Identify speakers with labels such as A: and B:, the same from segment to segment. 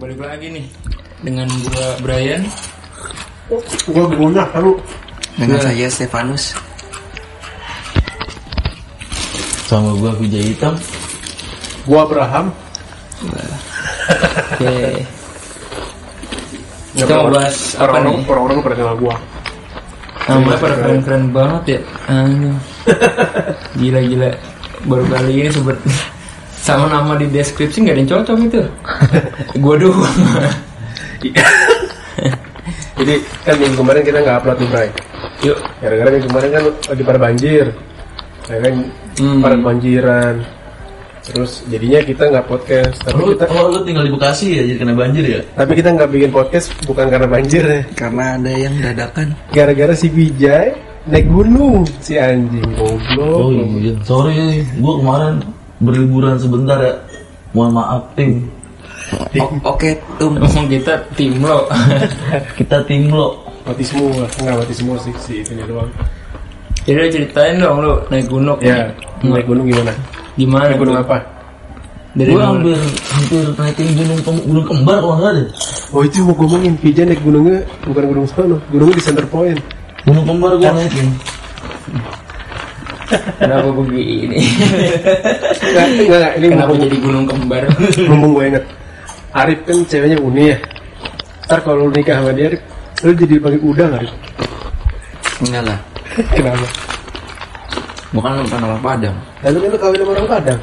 A: balik lagi nih dengan gua Brian
B: Gua guna lu.
C: Dengan
D: Iya.
C: saya Stefanus.
D: sama gua Vijay Hitam
B: Gua Abraham.
A: Oke. Kita mau bahas apa
B: orang-orang
A: nih?
B: orang-orang pada kenal gua.
A: Nama pada keren-keren banget ya. Anu. Gila-gila. Baru kali ini sobat sama nama di deskripsi nggak ada yang cocok gitu. itu. gua doang.
B: Jadi kan minggu kemarin kita nggak upload nih Bray.
A: Yuk.
B: Gara-gara minggu kemarin kan lagi pada banjir. Ya kan
A: Hmm.
B: pada banjiran. Terus jadinya kita nggak podcast. Tapi
D: lu,
B: kita
D: oh, lu tinggal di Bekasi ya jadi kena banjir ya
B: tapi kita nggak bikin podcast bukan karena banjir ya.
C: Karena ada yang dadakan.
B: Gara-gara si Bijay naik gunung si anjing goblok.
D: oh iya sorry gua kemarin berliburan sebentar ya mohon maaf tim
C: O- Oke, tum.
A: Ngomong kita tim lo.
D: kita tim lo
B: Mati semua, nggak mati semua sih si itunya doang.
A: Jadi lu ceritain dong lu naik gunung.
B: Ya,
A: Iya.
B: naik gunung gimana?
A: Gimana?
B: Naik gunung
A: tuh?
B: apa?
A: Dari
D: gua
A: mana?
D: hampir hampir naikin gunung Pem- gunung kembar kalau nggak ada
B: Oh itu mau ngomongin Pija naik gunungnya bukan gunung sono, gunungnya di center point.
D: gunung kembar gua naikin
A: Kenapa gua begini?
B: Enggak, enggak, enggak, ini
A: Kenapa
B: mumpung,
A: jadi gunung kembar?
B: mumpung gue inget. Arif kan ceweknya Uni ya. Ntar kalau lu nikah sama dia, Arif, lu jadi dipanggil udang Arif.
C: Enggak lah.
B: Kenapa?
A: kan
C: Bukan bukan nama Padang.
B: Lalu kan lu kawin sama orang Padang.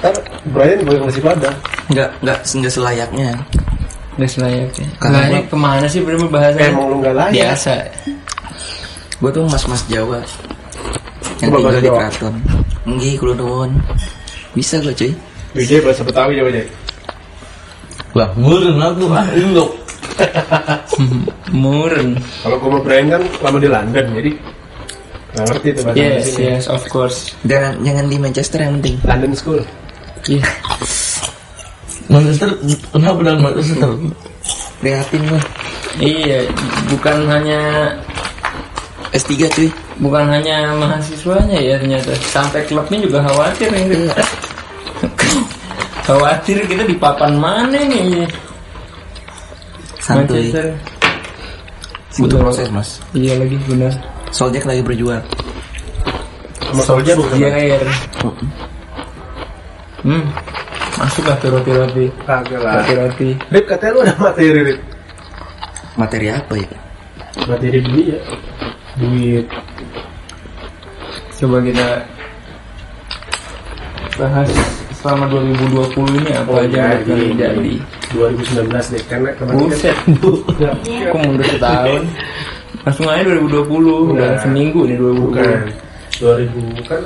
B: Ntar Brian dipanggil nasi Padang.
C: Enggak, enggak enggak selayaknya.
A: Gak selayaknya.
C: Karena
A: Nah, ini
C: gua-
A: kemana sih bener
B: Eh,
A: bahasanya?
B: emang lu nggak layak.
A: Biasa.
C: Gua tuh mas-mas Jawa. Yang
B: Lu bakal
C: tinggal di
B: Jawa?
C: keraton. Nggih, kulo nuwun. Bisa gua, cuy.
B: Bijay bahasa Betawi coba Jay.
D: lah murun aku ah indok
A: Murun.
B: Kalau gue sama Brian kan lama di London, jadi nggak ngerti tuh bahasa
A: Yes,
B: Inggrisnya.
A: yes, of course.
C: Dan jangan di Manchester yang penting.
B: London School.
A: Iya.
D: Manchester kenapa dalam Manchester
C: Prihatin gua.
A: Iya, bukan hanya
C: S3, cuy.
A: bukan hanya mahasiswanya ya ternyata. Sampai klubnya juga khawatir ini.
C: Iya.
A: khawatir kita di papan mana nih?
C: Santuy.
A: Manchester.
C: Butuh
A: Sudah.
C: proses, Mas.
A: Iya lagi benar.
C: Soljak lagi berjuang.
B: Sama Solja bukan?
A: Iya air. Hmm. Masuk lah tuh roti-roti.
B: Kagak lah.
A: Roti-roti.
B: Rip katanya lu ada materi Rip.
C: Materi apa ya?
B: Materi beli ya. Duit.
A: Coba kita bahas selama 2020 ini apa
B: Oh,
A: aja yang
B: jadi.
A: bakal jadi.
B: 2019 deh karena kemarin kan- kita-
A: Buset, aku mundur setahun. Langsung aja 2020, udah
B: Enggak.
A: seminggu nih 2020.
B: bukan 2000 kan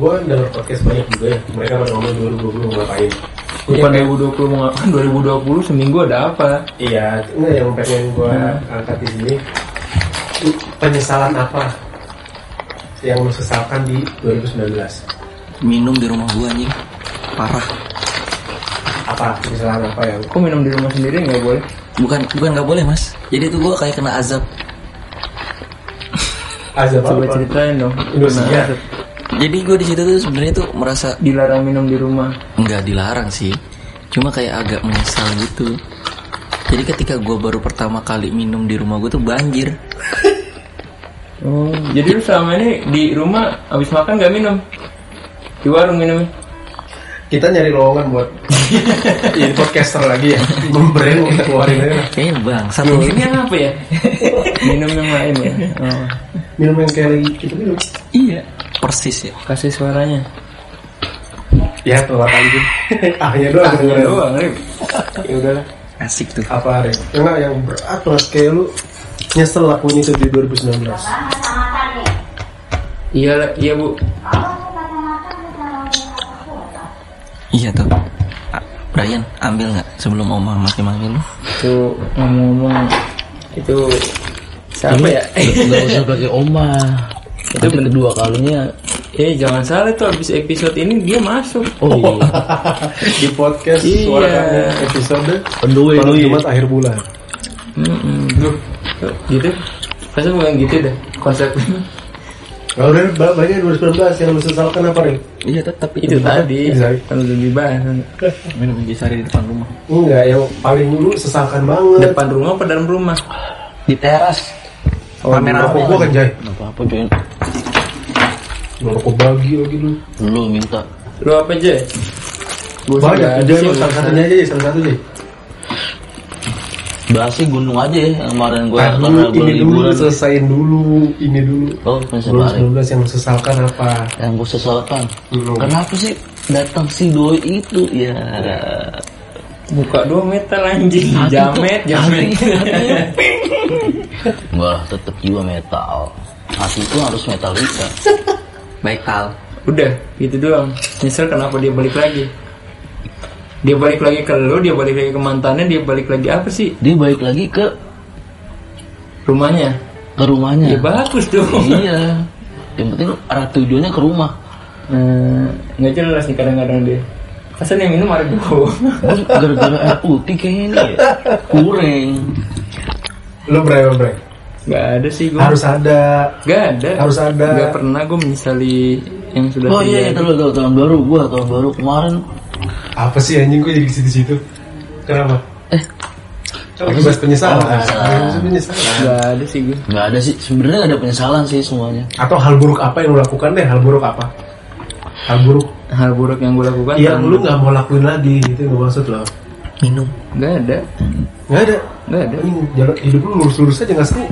B: gua denger podcast banyak juga ya mereka pada ngomong 2020 mau ngapain
A: Bukan
B: Iya,
A: 2020 mau ngapain, 2020 seminggu ada apa?
B: iya enggak yang pengen gua
A: Hmm.
B: angkat di sini lu penyesalan apa yang lu sesalkan di 2019
C: Minum di rumah gua anjing. Parah.
B: apa penyesalan apa yang
A: Kok minum di rumah sendiri nggak boleh?
C: Bukan bukan nggak boleh, Mas. Jadi tuh gua kayak kena azab.
B: azab
A: Coba
B: apa
A: ceritain dong.
B: Ah,
A: Nah,
B: Indonesia
A: Kenapa
C: Jadi gua di situ tuh sebenarnya tuh merasa
A: Dilarang minum di rumah.
C: nggak dilarang sih cuma kayak agak menyesal gitu jadi ketika gue baru pertama kali minum di rumah gue tuh banjir
A: Oh, jadi lu selama ini di rumah abis makan nggak minum? Di warung minumnya?
B: kita nyari lowongan buat jadi podcaster lagi ya membreng kita keluarin aja
C: kayaknya bang satu
A: Loh, ini yang apa ya? minum yang lain ya? Oh,
B: minum yang kayak lagi kita minum
C: iya persis ya
A: kasih suaranya.
B: ya telat anjing ahnya ya doang
A: Ah,
B: dengerin.
A: doang, Rip.
B: ya udahlah
C: asik tuh
B: apa Ren? enggak yang berat mas kayak lu nyesel lakuin itu di 2019
A: Iya, lah, iya bu.
C: iya tuh A- Brian ambil nggak sebelum omang maki maki lu
A: Itu ngomong-ngomong itu siapa ya?
D: nggak usah pakai oma itu kedua kalinya
A: eh jangan salah tuh abis episode ini dia masuk.
D: oh iya
B: di podcast
A: Iya.
B: suara kami episode
D: Pendui.
B: Malam Jumat akhir bulan
A: Mm-mm. Loh, gitu. Masa bukan gitu dah konsepnya.
B: Kalau dari banyak 2019 yang lu sesalkan apa nih?
C: Iya tetap
A: itu tadi Kan
B: Bisa.
A: kalau lebih banyak
B: Iya.
C: minum intisari di depan rumah.
B: Enggak, yang paling lu sesalkan banget.
A: depan rumah apa dalam rumah
C: Di teras.
A: Oh,
B: Rokok gua kan Jai.
C: Gak apa-apa join.
B: Rokok bagi lagi lu. gitu.
C: Lu minta.
A: lu apa aja Gua
B: Banyak,
A: sih nggak
B: udah
A: ada
B: lu
A: sih,
B: salah
A: gua-
B: satunya aja deh, salah satu deh.
C: Bahasnya gunung aja ya yang kemarin gua
B: Tar dulu,
C: karena gua Oh,
B: ini dulu,
C: liburan.
B: selesain dulu, ini dulu.
C: Oh, masih balik.
B: 2019 yang lu sesalkan apa?
C: Yang gua sesalkan.
B: Lu.
C: Kenapa sih datang si doi itu? Ya.
A: buka dua meter anjing
C: hati
A: jamet
C: tuh-
A: jamet
C: hati- hatinya ping. Enggak lah, tetep jiwa metal. Hati itu harus metalika. Metal.
A: udah gitu doang nyesel kenapa dia balik lagi dia balik lagi ke lu dia balik lagi ke mantannya dia balik lagi apa sih
C: Dia balik lagi ke
A: rumahnya
C: ke rumahnya.
B: Iya.
A: ya bagus dong
C: iya. Yang penting arah tujuannya ke rumah.
A: Nah, nggak jelas nih kadang-kadang dia Pasan yang minum ada gua
C: Oh, Gara-gara air putih kayaknya ini ya. Kurang.
B: Lu bre, lu bre.
A: Gak ada sih gua
B: Harus ada.
A: Gak ada
B: Harus ada.
A: Gak pernah gua menyesali yang sudah
C: Oh iya, iya
A: terjadi.
C: tahu tahu tahun baru gua tahun baru kemarin
B: Apa sih anjing gue jadi ke situ-situ? Kenapa?
C: Eh.
B: Coba bahas penyesalan.
C: Oh, penyesalan.
B: Bahas penyesalan.
A: Gak ada sih gua
C: nggak ada sih sebenarnya nggak ada penyesalan sih semuanya.
B: Atau hal buruk apa yang lu lakukan deh? Hal buruk apa? Hal buruk
A: Hal buruk yang gua lakukan
B: yang
A: karena-
B: Iya, lu nggak mau lakuin lagi itu yang gue maksud lo.
C: Minum.
A: Gak ada
B: Nggak ada.
A: Gak ada
B: Anjing, jalan hidup lu lurus-lurus aja nggak seru.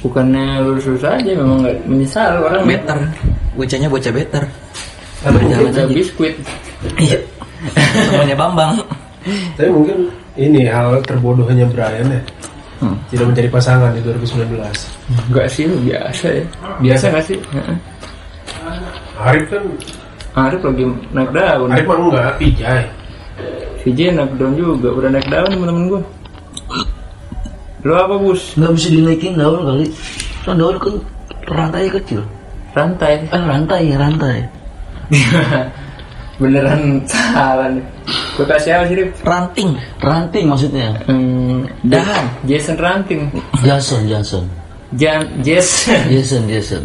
A: Bukannya lurus-lurus aja Memang gak menyesal orang
E: Better. Bocahnya bocah better.
B: Tapi mungkin,
A: Kita biskuit
E: Iya. Temannya Bambang.
B: tapi mungkin ini hal terbodohnya Brian ya. Tidak mencari pasangan di 2019.
A: Gak sih lu biasa ya Biasa gak sih? Heeh.
B: Arif kan,
A: Arif lagi naik daun
B: Arif mah enggak, pijai.
A: VJ naik daun juga Udah naik daun temen-temen gua Lu apa bus?
C: Nggak bisa dinaikin daun kali. Soalnya daun kan rantainya kecil.
A: Rantai
C: Eh rantai rantai.
A: beneran salah nih gue kasih apa sih Rip?
E: Ranting.
C: Ranting maksudnya.
A: Hmm,
E: Dahan.
A: Jason Ranting
C: Jason Jason.
A: Jan Jason
C: Jason Jason.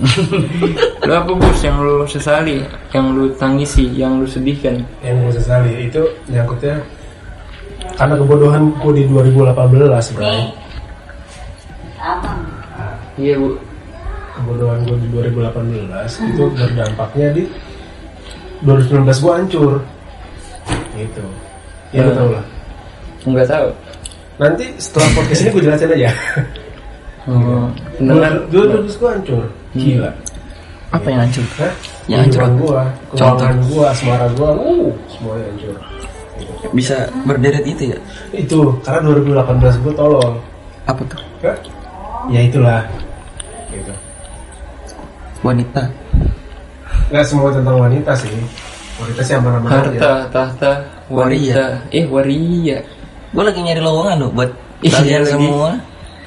A: lu apa bus yang lu sesali yang lu tangisi yang lu sedihkan
B: Yang gue sesali itu nyangkutnya karena kebodohanku di 2018, Brian.
A: iya bu
B: kebodohan gue di 2018 itu berdampaknya di 2019 gue hancur gitu ya lo tau lah
A: nggak tahu
B: nanti setelah podcast ini gue jelasin aja
A: oh,
B: Beneran,
A: beneran
B: 2019 gue hancur gila
E: Apa yang hancur?
B: Hah?
E: Ya, hancur.
B: kehidupan gue keuangan gue asmara gue uh semuanya hancur
E: Bisa berderet itu ya?
B: itu karena 2018 gue tolong
E: Apa tuh?
B: Hah? ya itulah gitu
E: Wanita.
B: nggak semua tentang wanita sih wanita sih aman-aman aja
A: harta tahta waria eh waria
E: Gue lagi nyari lowongan loh buat
A: Iya,
E: kalian
A: lagi.
E: semua.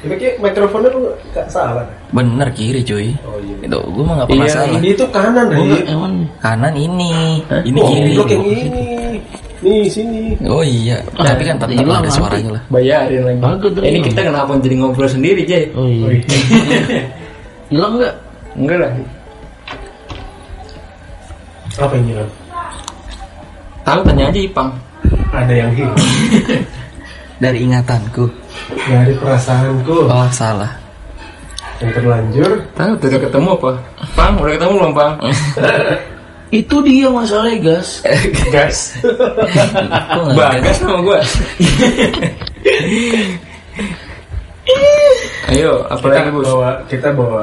B: tapi kayak mikrofonnya lu nggak salah
E: Bener kiri cuy.
B: oh iya
E: Itu gue mah nggak pernah
A: Iya,
E: salah.
B: Ini itu kanan, Ri.
C: Oh, Emang
E: Kanan ini. Ini
B: Oh,
E: kiri.
B: blok yang ini. Nih, sini.
E: Oh iya. Tapi kan tetap
C: hilang
E: ada
C: nanti.
E: suaranya lah.
A: bayarin lagi
C: Bagus tuh,
A: Eh, ini
C: iya.
A: kita kenapa jadi ngobrol sendiri Jay
C: oh iya. Hilang nggak?
A: enggak lah
B: Apa yang hilang?
A: tahu tanya aja Ipang
B: Ada yang hilang.
E: Dari ingatanku.
B: Dari perasaanku
E: Oh salah.
B: yang terlanjur.
A: tahu tuh udah ketemu apa Pang udah ketemu belum Pang
C: Itu dia masalahnya gas.
B: Guys.
E: Kok nggak ada?
A: Bagas sama gue. Ayo, apa
B: kita
A: lagi bos?
B: bawa kita bawa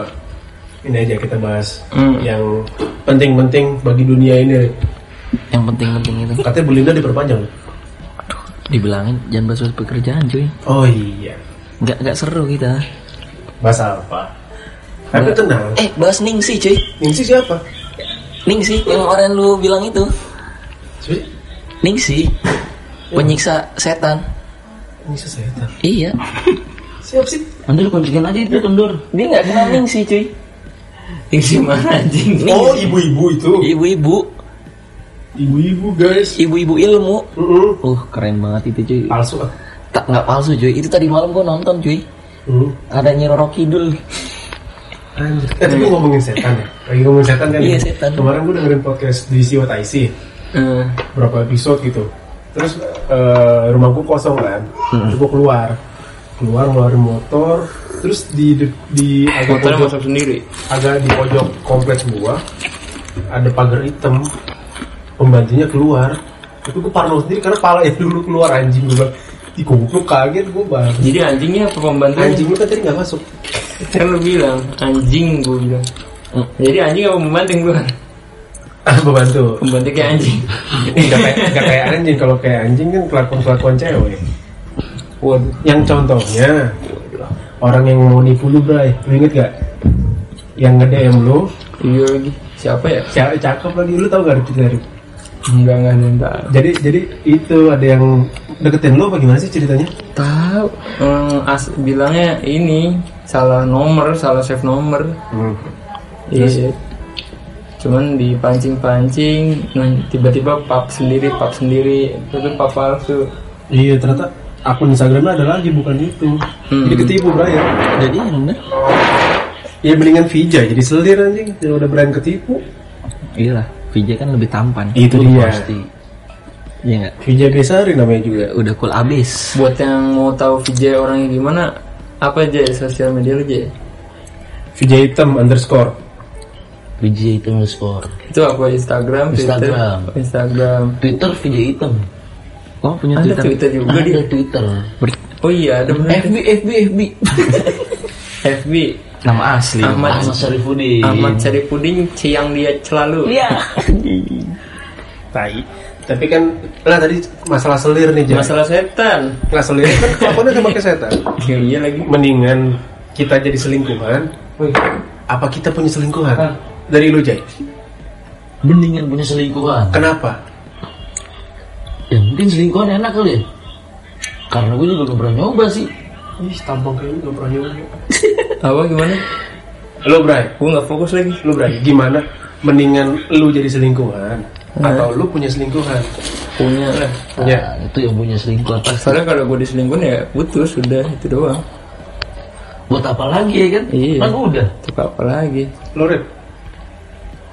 B: ini aja kita bahas
A: Hmm.
B: yang penting-penting bagi dunia ini. Ri.
E: Yang penting-penting itu
B: Katanya Belinda diperpanjang.
E: dibilangin jangan bahas pekerjaan cuy.
B: Oh iya.
E: Nggak nggak seru kita.
B: Bahas apa? Tapi tenang.
E: Eh bahas Ningsi cuy.
B: Ningsi siapa?
E: Ningsi yang orang lu bilang itu.
B: Sebenarnya
E: Ningsi penyiksa setan.
B: Ningsi setan.
E: Iya.
B: Siapa sih?
C: Nanti lu kuncikan aja itu kendur.
E: Dia nggak kenal Ningsi cuy.
A: Isi mana anjing?
B: Oh, ibu-ibu itu.
E: Ibu-ibu,
B: Ibu-ibu, guys.
E: ibu-ibu ilmu.
B: Mm-mm.
E: Uh keren banget itu cuy.
B: Palsu ah.
E: Tak nggak palsu cuy. Itu tadi malam gua nonton cuy.
B: Mm.
E: Ada Nyi Roro Kidul.
B: Anjir, eh, tapi ngomongin setan ya? Lagi ngomongin setan kan?
C: Iya, setan.
B: Kemarin gue dengerin podcast di See What I See,
A: Eh,
B: berapa episode gitu. Terus eh, rumah gue kosong kan, terus gue keluar. Keluar ngeluarin motor, terus di, di, di agak
A: motornya
B: pojok,
A: masuk sendiri.
B: agak di pojok kompleks gua ada pagar hitam, pembantunya keluar. Tapi gue parno sendiri karena pala ya dulu keluar anjing gue. Ih, gue kaget gue bang.
A: Jadi anjingnya apa pembantunya?
B: Anjing lu kan tadi gak masuk.
A: Kan lu bilang anjing gue bilang. Jadi anjing apa pembanting gue?
B: Ah, pembantu.
A: Pembanting kayak anjing.
B: Gak kayak, nggak kayak anjing kalau kayak anjing kan kelakuan kelakuan cewek.
A: Waduh.
B: Yang contohnya orang yang mau nipu lu bray, lu inget gak? Yang ngedem lu,
A: Iya lagi. Siapa ya?
B: cewek cakep lagi lu tau gak ada cerita dari-
A: Enggak enggak ada yang tahu.
B: Jadi jadi itu ada yang deketin lu apa gimana sih ceritanya?
A: Tahu. Hmm, as- bilangnya ini salah nomor, salah save nomor.
B: Hmm.
A: Iya. Cuman dipancing-pancing, nah, tiba-tiba pap sendiri, pap sendiri, itu pap palsu.
B: Iya ternyata akun Instagramnya ada lagi bukan itu. Jadi ketipu bray. ya.
C: Jadi yang bener?
B: Ya mendingan Vija jadi selir anjing, ya udah brand ketipu.
E: Iya lah, VJ kan lebih tampan.
B: Itu
E: Udah
B: dia.
E: Pasti. Iya nggak?
B: Vija Besari namanya juga.
E: Udah cool abis.
A: Buat yang mau tahu VJ orangnya gimana, apa aja sosial media lu aja?
B: Vija Hitam underscore.
D: VJ hitam skor.
A: Itu apa Instagram, Twitter,
D: Instagram.
A: Instagram.
D: Twitter VJ hitam.
E: Oh punya
A: Ada
E: Twitter.
A: Twitter juga di.
D: Ada Twitter.
A: Oh iya ada bener.
D: FB FB FB.
A: FB
E: Nama asli.
A: Ahmad
D: Ahmad Syarifudin.
A: Ahmad Saripudin siang dia selalu.
D: Iya.
B: Tai. Tapi kan lah tadi masalah selir nih, Jas.
A: Masalah setan.
B: Nah selir kan kelakuannya sama kayak setan.
A: Ya, iya lagi.
B: Mendingan kita jadi selingkuhan.
A: Wih,
B: Apa kita punya selingkuhan? Dari lu Jai.
D: Mendingan punya selingkuhan.
B: Kenapa?
D: Ya mungkin selingkuhan enak kali ya. Karena gue juga belum pernah nyoba sih.
B: Ih, tampang kayak lu gak pernah nyoba.
A: Apa gimana?
B: Lu Bray,
A: Gue nggak fokus lagi.
B: lu Bray, gimana? Mendingan lu jadi selingkuhan atau lu punya selingkuhan?
A: Punya lah.
B: Ya.
D: Nah, itu yang punya selingkuhan pasti.
A: Soalnya kalau gue diselingkuhin ya putus udah itu doang.
D: Buat apa lagi ya kan?
A: Iya.
D: Kan udah.
A: Itu apa lagi?
B: Lu Rip,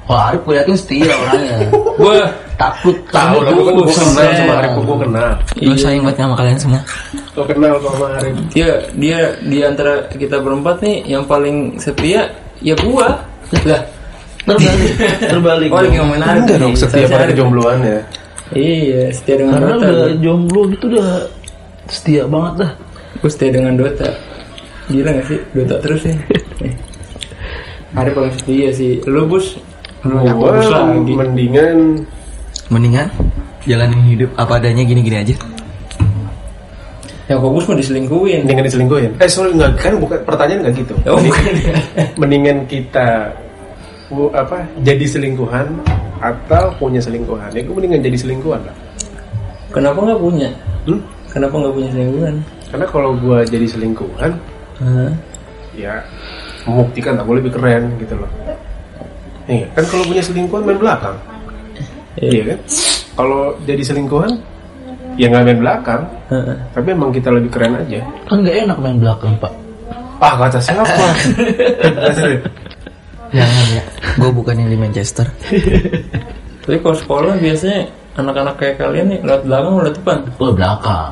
D: Wah, Arif gue yakin setia orangnya.
A: Gue
D: Takut
B: tahu lah gue
A: Buset.
B: kenal sama Arif, gue kenal.
E: Gue
A: iya,
E: sayang banget sama kalian semua.
B: Lu kenal sama Arif.
A: dia iya, dia di antara kita berempat nih yang paling setia ya gua. Lah,
D: terbalik. Terbalik.
A: oh lagi ngomongin Arif
B: Enggak
A: nih,
B: dong, setiap
A: saya
B: hari
A: Arif.
B: kejombloan ya.
A: Iya, setia dengan
D: Karena
A: Dota.
D: udah jomblo gitu udah setia banget dah.
A: Gue setia dengan Dota. Gila gak sih? Dota terus ya. Arif paling setia sih. Lu bus, lu yang
B: Gua
A: bus lagi.
B: mendingan
E: Mendingan jalanin hidup apa adanya gini-gini aja.
A: Yang fokus mah diselingkuhin.
B: mendingan diselingkuhin. Eh sorry enggak kan bukan pertanyaan enggak gitu.
A: Oh, bukan.
B: Eh, mendingan kita bu- apa jadi selingkuhan atau punya selingkuhan ya gue mendingan jadi selingkuhan lah
A: Kenapa nggak punya?
B: Hmm?
A: Kenapa nggak punya selingkuhan?
B: karena kalau gue jadi selingkuhan
A: Hah?
B: ya membuktikan aku lebih keren gitu loh Iya, kan kalau punya selingkuhan main belakang iya kan kalau jadi selingkuhan ya nggak main belakang
A: Heeh.
B: tapi emang kita lebih keren aja
D: Kan nggak enak main belakang pak.
B: ah kata siapa Asli.
E: Jangan ya. Gue bukan yang di Manchester.
A: Tapi kalau sekolah biasanya anak-anak kayak kalian nih lewat belakang atau lewat depan.
D: Gue Oh, belakang.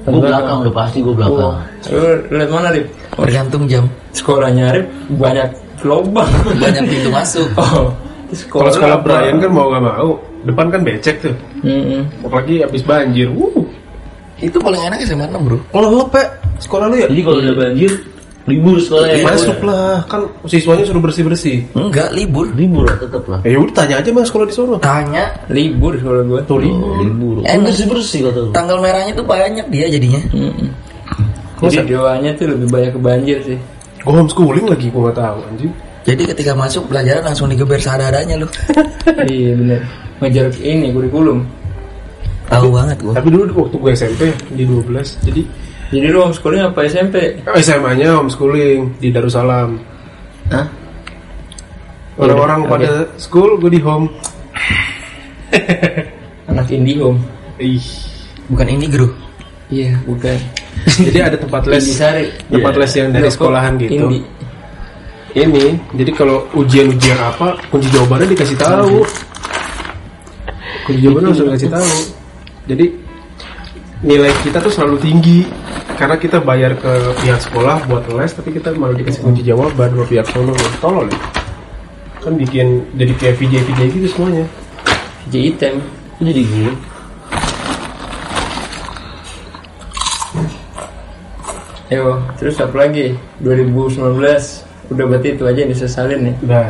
D: Gue belakang udah pasti gue
B: Oh.
D: belakang.
A: Lu lihat mana, Rip?
E: Bergantung jam.
A: Sekolahnya Arif banyak lubang.
E: Banyak pintu masuk.
A: Oh.
B: kalau sekolah
A: apa?
B: Brian kan mau nggak mau depan kan becek tuh
A: Mm-mm.
B: apalagi habis banjir wuh
E: Itu paling enak SMA 6 bro.
B: Kalau lu pe, sekolah lu ya?
E: Iya,
B: Iya,
D: Jadi kalau udah banjir libur sekolah ya.
B: Masuk lah, kan siswanya suruh bersih-bersih.
E: Enggak libur.
D: Libur lah tetap lah.
B: Ya udah tanya aja mas sekolah di sono.
E: Tanya
A: Libur sekolah gue.
B: Tuh libur.
D: Libur.
E: Eh,
D: bersih bersih kata lu.
E: tanggal merahnya tuh banyak dia jadinya.
A: Jadi doanya tuh lebih banyak ke banjir sih.
B: Gue homeschooling lagi, gue gak tahu anjing.
E: Jadi ketika masuk pelajaran langsung digeber seadanya lu.
A: iya bener. Ngejar ini kurikulum.
E: Tahu banget gua.
B: Tapi dulu waktu gue SMP di 12, jadi eh,
A: Jadi lu homeschooling apa SMP?
B: SMA-nya homeschooling di Darussalam.
A: Hah?
B: Orang-orang pada school, gue di home.
A: Anak Indihome.
B: Ih.
E: Bukan ini guru.
A: Iya, bukan.
B: Jadi ada tempat les,
A: Indisari.
B: tempat les yang dari
A: Loh, kok
B: sekolahan gitu.
A: Indi.
B: ini jadi kalau ujian-ujian apa kunci jawabannya dikasih tahu kunci jawabannya langsung dikasih tahu jadi nilai kita tuh selalu tinggi karena kita bayar ke pihak sekolah buat les tapi kita malah dikasih kunci jawaban buat pihak sono tolol ya kan bikin jadi kayak VJ VJ gitu semuanya
A: Jadi item.
E: Jadi gue.
A: Ayo, terus apa lagi? 2019 udah berarti itu aja yang disesalin nih.
B: nah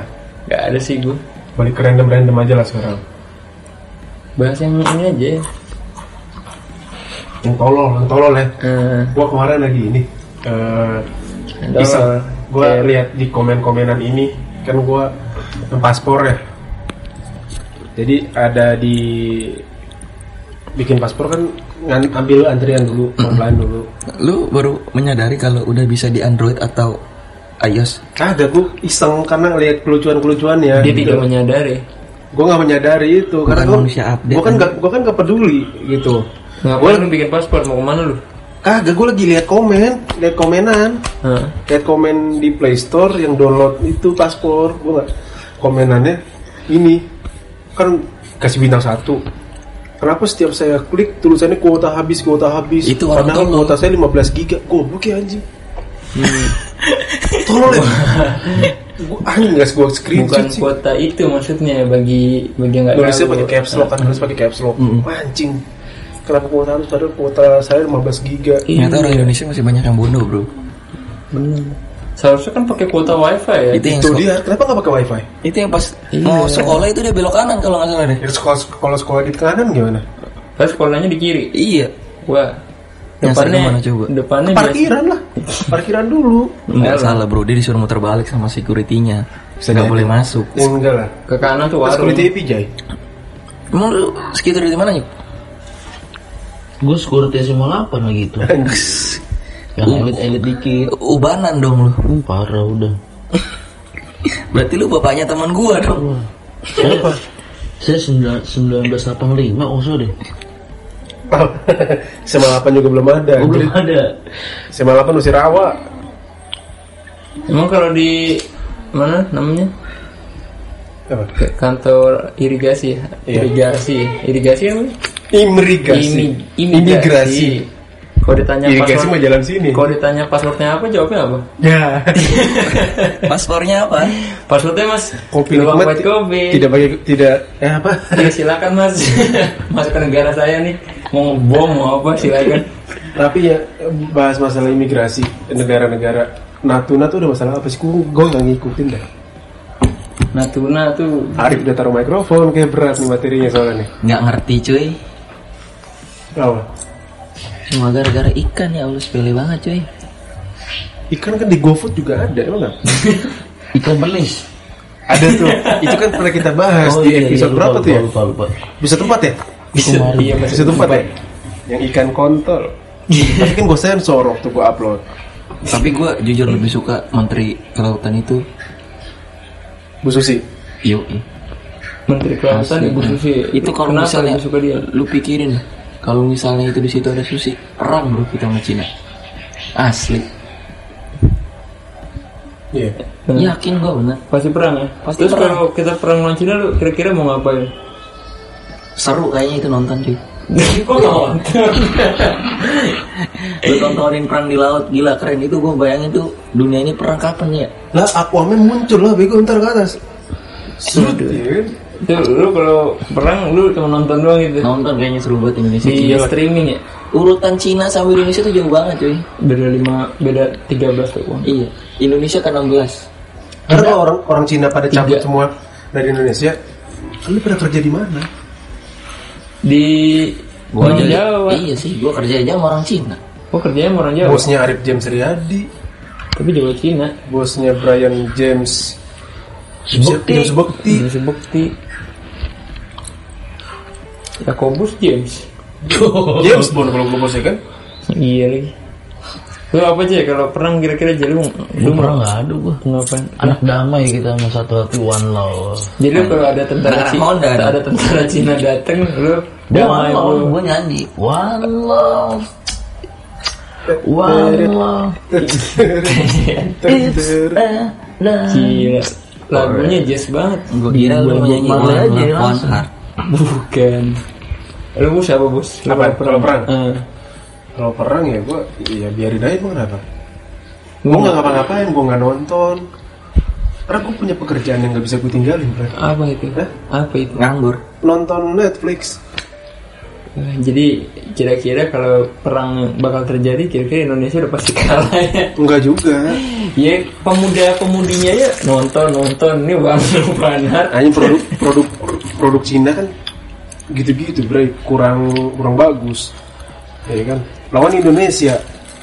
A: Gak ada sih gue.
B: balik ke random random aja lah sekarang
A: Bahas yang ini aja. ya.
B: yang tolol yang tolol ya
A: Eh,
B: gua kemarin lagi ini eh
A: tolol.
B: iseng gue
A: Kayak-
B: lihat di komen-komenan ini kan gue paspor ya jadi ada di bikin paspor kan ngan- ambil antrian dulu online dulu
C: Lu baru menyadari kalau udah bisa di Android atau iOS?
B: kagak gue iseng karena lihat kelucuan-kelucuan ya
A: dia tidak menyadari.
B: gue nggak menyadari itu karena gue
C: manusia update,
B: kan gak gue kan gak peduli gitu
A: Ngapain lu kan bikin paspor? Mau kemana lu?
B: kagak gue lagi lihat komen lihat komenan
A: Hah?
B: lihat komen di Play Store yang download itu paspor gue nggak komenannya ini kan kasih bintang satu kenapa setiap saya klik tulisannya kuota habis kuota habis
C: Itu orang
B: padahal
C: tolol.
B: kuota saya 15 giga goblok ya anjing
C: Hmm.
B: tolol ya gue anjing nggak gue
A: Bukan
B: screenshot sih
A: kuota itu maksudnya bagi bagi yang nggak
B: nulisnya
A: tahu.
B: Iya, pakai caps lock kan nulis pakai caps lock anjing kenapa kuota harus padahal kuota saya 15 giga
C: Ternyata orang Indonesia masih banyak yang bodoh, Bro.
A: Seharusnya kan pakai kuota wifi ya.
C: Itu yang
B: itu
C: so-
B: dia kenapa nggak pakai wifi
C: itu yang pas
E: Iya. Oh,
C: mau sekolah itu dia belok kanan kalau nggak salah deh.
B: ya sekolah sekolah sekolah di kanan gimana
A: Terus sekolahnya di kiri.
C: Iya.
A: Wah.
C: Yang
A: Depannya
C: sering mana coba?
A: Depannya biasa.
B: parkiran lah parkiran dulu
C: Enggak salah, Bro. Dia disuruh muter balik sama security-nya. Enggak boleh masuk.
B: Ya, enggak lah
A: Ke kanan tuh warung.
B: security pijai
C: Emang lu sekitar dari mana, Nyuk?
E: Gue skor SMA 8 lagi itu. Yang
C: Uh.
E: elit-elit dikit.
C: Ubanan dong lu.
E: Hmm, parah udah.
C: Berarti lu bapaknya teman gua dong.
E: Saya, saya 9- 1985 oso deh.
B: SMA 8 Oh, juga Oh, belum ada
E: Gue Oh, belum ada.
B: SMA 8 masih rawa
A: Emang kalau di mana namanya?
B: Apa?
A: Ke kantor irigasi, ya?
B: Iya.
A: irigasi, irigasi apa? Imi,
B: imigrasi
A: imigrasi. Kalau ditanya
B: irigasi mah
A: password,
B: jalan sini
A: kalau ditanya passwordnya apa jawabnya apa?
B: ya
C: Paspornya apa?
A: Passwordnya mas,
B: kopi
A: luwak
B: nikmat
A: buat kopi.
B: tidak pakai tidak eh, apa
A: Ya, silakan mas, masuk ke negara saya nih. Mau ngebom mau apa silakan.
B: tapi ya bahas masalah imigrasi negara-negara Natuna tuh udah masalah apa sih? Gue gak ngikutin dah.
A: Natuna tuh
B: Arif udah taruh mikrofon, kayak berat nih materinya soalnya nih.
C: Nggak ngerti, cuy.
B: Apa?
C: Cuma gara-gara ikan ya Allah sepele banget, cuy.
B: Ikan kan di GoFood juga ada, emang nggak?
E: Ikan pelis.
B: Ada tuh. Itu kan pernah kita bahas di episode berapa tuh ya?
E: Oh, iya, Lupa, lupa,
B: Bisa tempat ya?
A: bisa iya mas.
B: Bisa tempat ya? Yang ikan kontol. Tapi kan gue sensor waktu gue upload.
C: Tapi gua jujur lebih suka menteri kelautan itu.
B: Bu Susi.
C: Yuk.
A: Menteri Kelautan Ibu Susi.
C: Itu kalau ya.
A: Kenapa
C: misalnya
A: ibu suka dia?
C: lu pikirin kalau misalnya itu di situ ada sushi, perang bro kita sama Cina. Asli.
B: Iya.
C: Yakin gua bener.
A: Pasti perang ya.
C: Pasti
A: Terus
C: perang.
A: kalau kita perang lawan Cina lu kira-kira mau ngapain?
C: Seru kayaknya itu nonton cuy.
A: Kok nonton?
C: Lu tontonin perang di laut gila keren itu gua bayangin tuh dunia ini perang kapan ya?
B: Lah Aquaman muncul lah, bego ntar ke atas. Sud, iya kan?
A: Itu lu kalau perang lu cuma nonton doang gitu.
C: Nonton kayaknya seru banget Indonesia.
A: Di streaming ya.
C: Urutan Cina sama Indonesia tuh jauh banget cuy.
A: Beda 5 beda 13 tuh. Bang.
C: Iya. Indonesia ke 16.
B: Karena kalau orang orang Cina pada cabut
A: Tiga.
B: semua dari Indonesia. Lu pada kerja di mana?
A: Di
C: Gua
A: orang
C: aja-
A: Jawa.
C: Iya sih, gua kerja aja sama orang Cina.
A: Oh kerjanya sama orang Jawa.
B: Bosnya Arif James Riyadi,
A: Tapi Jawa Cina.
B: bosnya Brian James
E: Sebukti.
B: James Bekti.
A: Indonesia Bekti. Yakobus Ya, James.
B: James Bond kalau gue bosnya kan.
A: Iya lagi. Lu apa aja ya? kalau perang kira-kira jadi lu lu
E: Lu pernah nggak ada gue.
A: ngapain?
E: Anak damai kita sama satu hati one love.
A: Jadi lu kalau ada tentara
C: Anak
A: Cina,
C: Nah, Honda.
A: ada tentara Cina dateng, lu
E: One
A: damai
E: love,
A: lu.
E: gue nyanyi. One love. One love. It's a Nah,
A: Gila. Lagunya jazz banget.
C: Gue kira lu mau nyanyi
D: Marley
C: One
D: aja
C: Love, One
D: langsung.
C: Heart.
A: Bukan. Lu bos apa bos? Lu
B: Apa?
A: kalau
B: Kalau perang?
A: Eh.
B: Kalau perang ya gue, ya biarin aja gue kenapa. Gue nggak ngapa-ngapain, gue nggak nonton. Karena gue punya pekerjaan yang nggak bisa gue tinggalin, bro.
A: Apa itu?
B: Hah?
A: Apa itu?
C: Nganggur.
B: Nonton Netflix.
A: Eh, Jadi kira-kira kalau perang bakal terjadi, kira-kira Indonesia udah pasti kalah ya.
B: Enggak juga.
A: Ya pemuda-pemudinya ya nonton nonton ini bang Rupanat.
B: Hanya produk produk produk Cina kan gitu-gitu, bro. Kurang kurang bagus. Ya kan. Lawan Indonesia.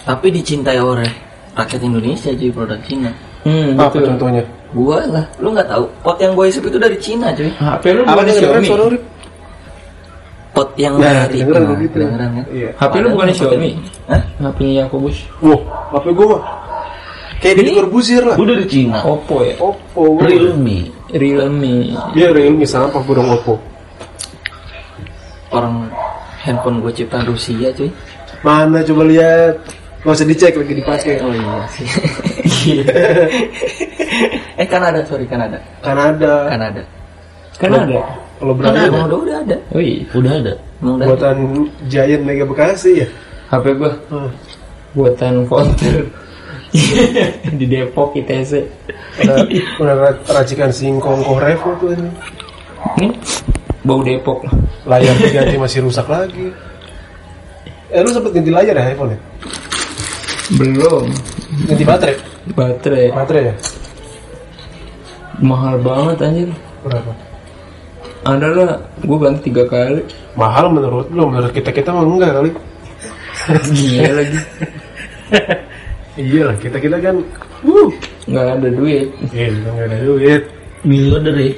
C: Tapi dicintai oleh rakyat Indonesia jadi produk Cina.
A: Hmm,
B: Apa
A: betul.
B: contohnya?
C: Gua lah, lu nggak tahu. Pot yang gua isep itu dari Cina, cuy.
A: HP lu
B: Apa
A: bukan
B: yang kedengeran
A: Xiaomi.
B: suara Rip?
C: Pot yang
B: Nah,
C: dari
B: kedengeran
C: Nah,
B: begitu.
C: kedengeran kan?
A: HP
B: Iya.
A: lu
C: Padahal
A: bukan
C: pot yang-
A: Xiaomi.
C: Hah?
A: HP-nya Yakobus.
B: Wah, HP gue mah kayak Deddy Corbuzier lah.
E: gue dari Cina.
A: Oppo ya.
B: Oppo. Iya,
E: Realme.
A: Realme.
B: Dia Realme sampah gue dong Oppo.
C: Orang handphone gua ciptaan Rusia, cuy.
B: Mana coba lihat? Gak usah dicek lagi dipakai.
C: Oh iya sih. eh Kanada, sorry Kanada.
B: Kanada.
C: Kanada.
A: Kan ada.
B: Kalau berani
C: Kanada udah, udah ada.
A: Oh iya.
E: Udah ada.
C: Emang udah ada.
B: buatan Giant Mega Bekasi ya.
A: HP gua
B: Hmm.
A: buatan counter di Depok ITC.
B: Udah, udah ra- racikan singkong korevo tuh ini.
A: Ini bau Depok lah.
B: Layar diganti masih rusak lagi. Eh lu sempet ganti layar ya iPhone ya?
A: Belum.
B: Ganti baterai?
A: Baterai
B: Baterai ya?
A: mahal banget anjir.
B: Berapa?
A: Ada lah, gue ganti tiga kali.
B: Mahal menurut lu, menurut kita-kita mah enggak kali.
A: Gila lagi,
B: Iya lah, kita-kita kan uh,
A: nggak ada duit.
B: iya, kita enggak ada duit.
E: Miloder ya.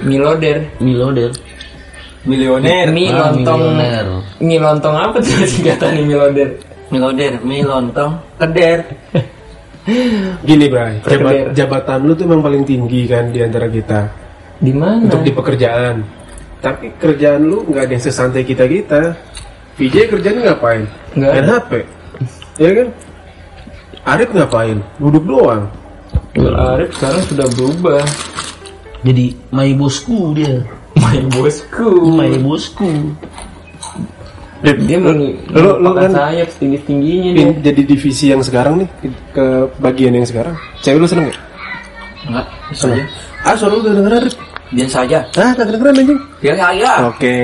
A: Miloder,
E: Miloder.
A: milioner, mi
E: Ah,
A: lontong,
E: milioner.
A: mi lontong apa tuh singkatan miloder?
C: Miloder, Milontong, Keder.
B: Gini Bray,
A: Perkeber.
B: jabat, jabatan lu tuh emang paling tinggi kan di antara kita
A: Di mana?
B: untuk di pekerjaan. Tapi kerjaan lu nggak ada yang sesantai kita kita. VJ kerjaan ngapain?
A: Nggak
B: Main
A: ada.
B: HP, ya kan? Arif ngapain? Duduk doang.
A: Dul Arif sekarang sudah berubah.
E: Jadi my bosku dia.
A: My bosku,
E: My bosku.
A: dia mau
B: Iya lu- lu
A: melupakan
B: kan-
A: sayap setinggi tingginya dia.
B: Pin- jadi divisi yang sekarang nih ke- ke bagian yang sekarang. Cewek lu seneng nggak?
C: Enggak, saja.
B: Ah, suara lu kedengeran Arif.
C: Biasa aja.
B: Ah, tak kedengeran anjing.
C: Ya saya.
B: Oke.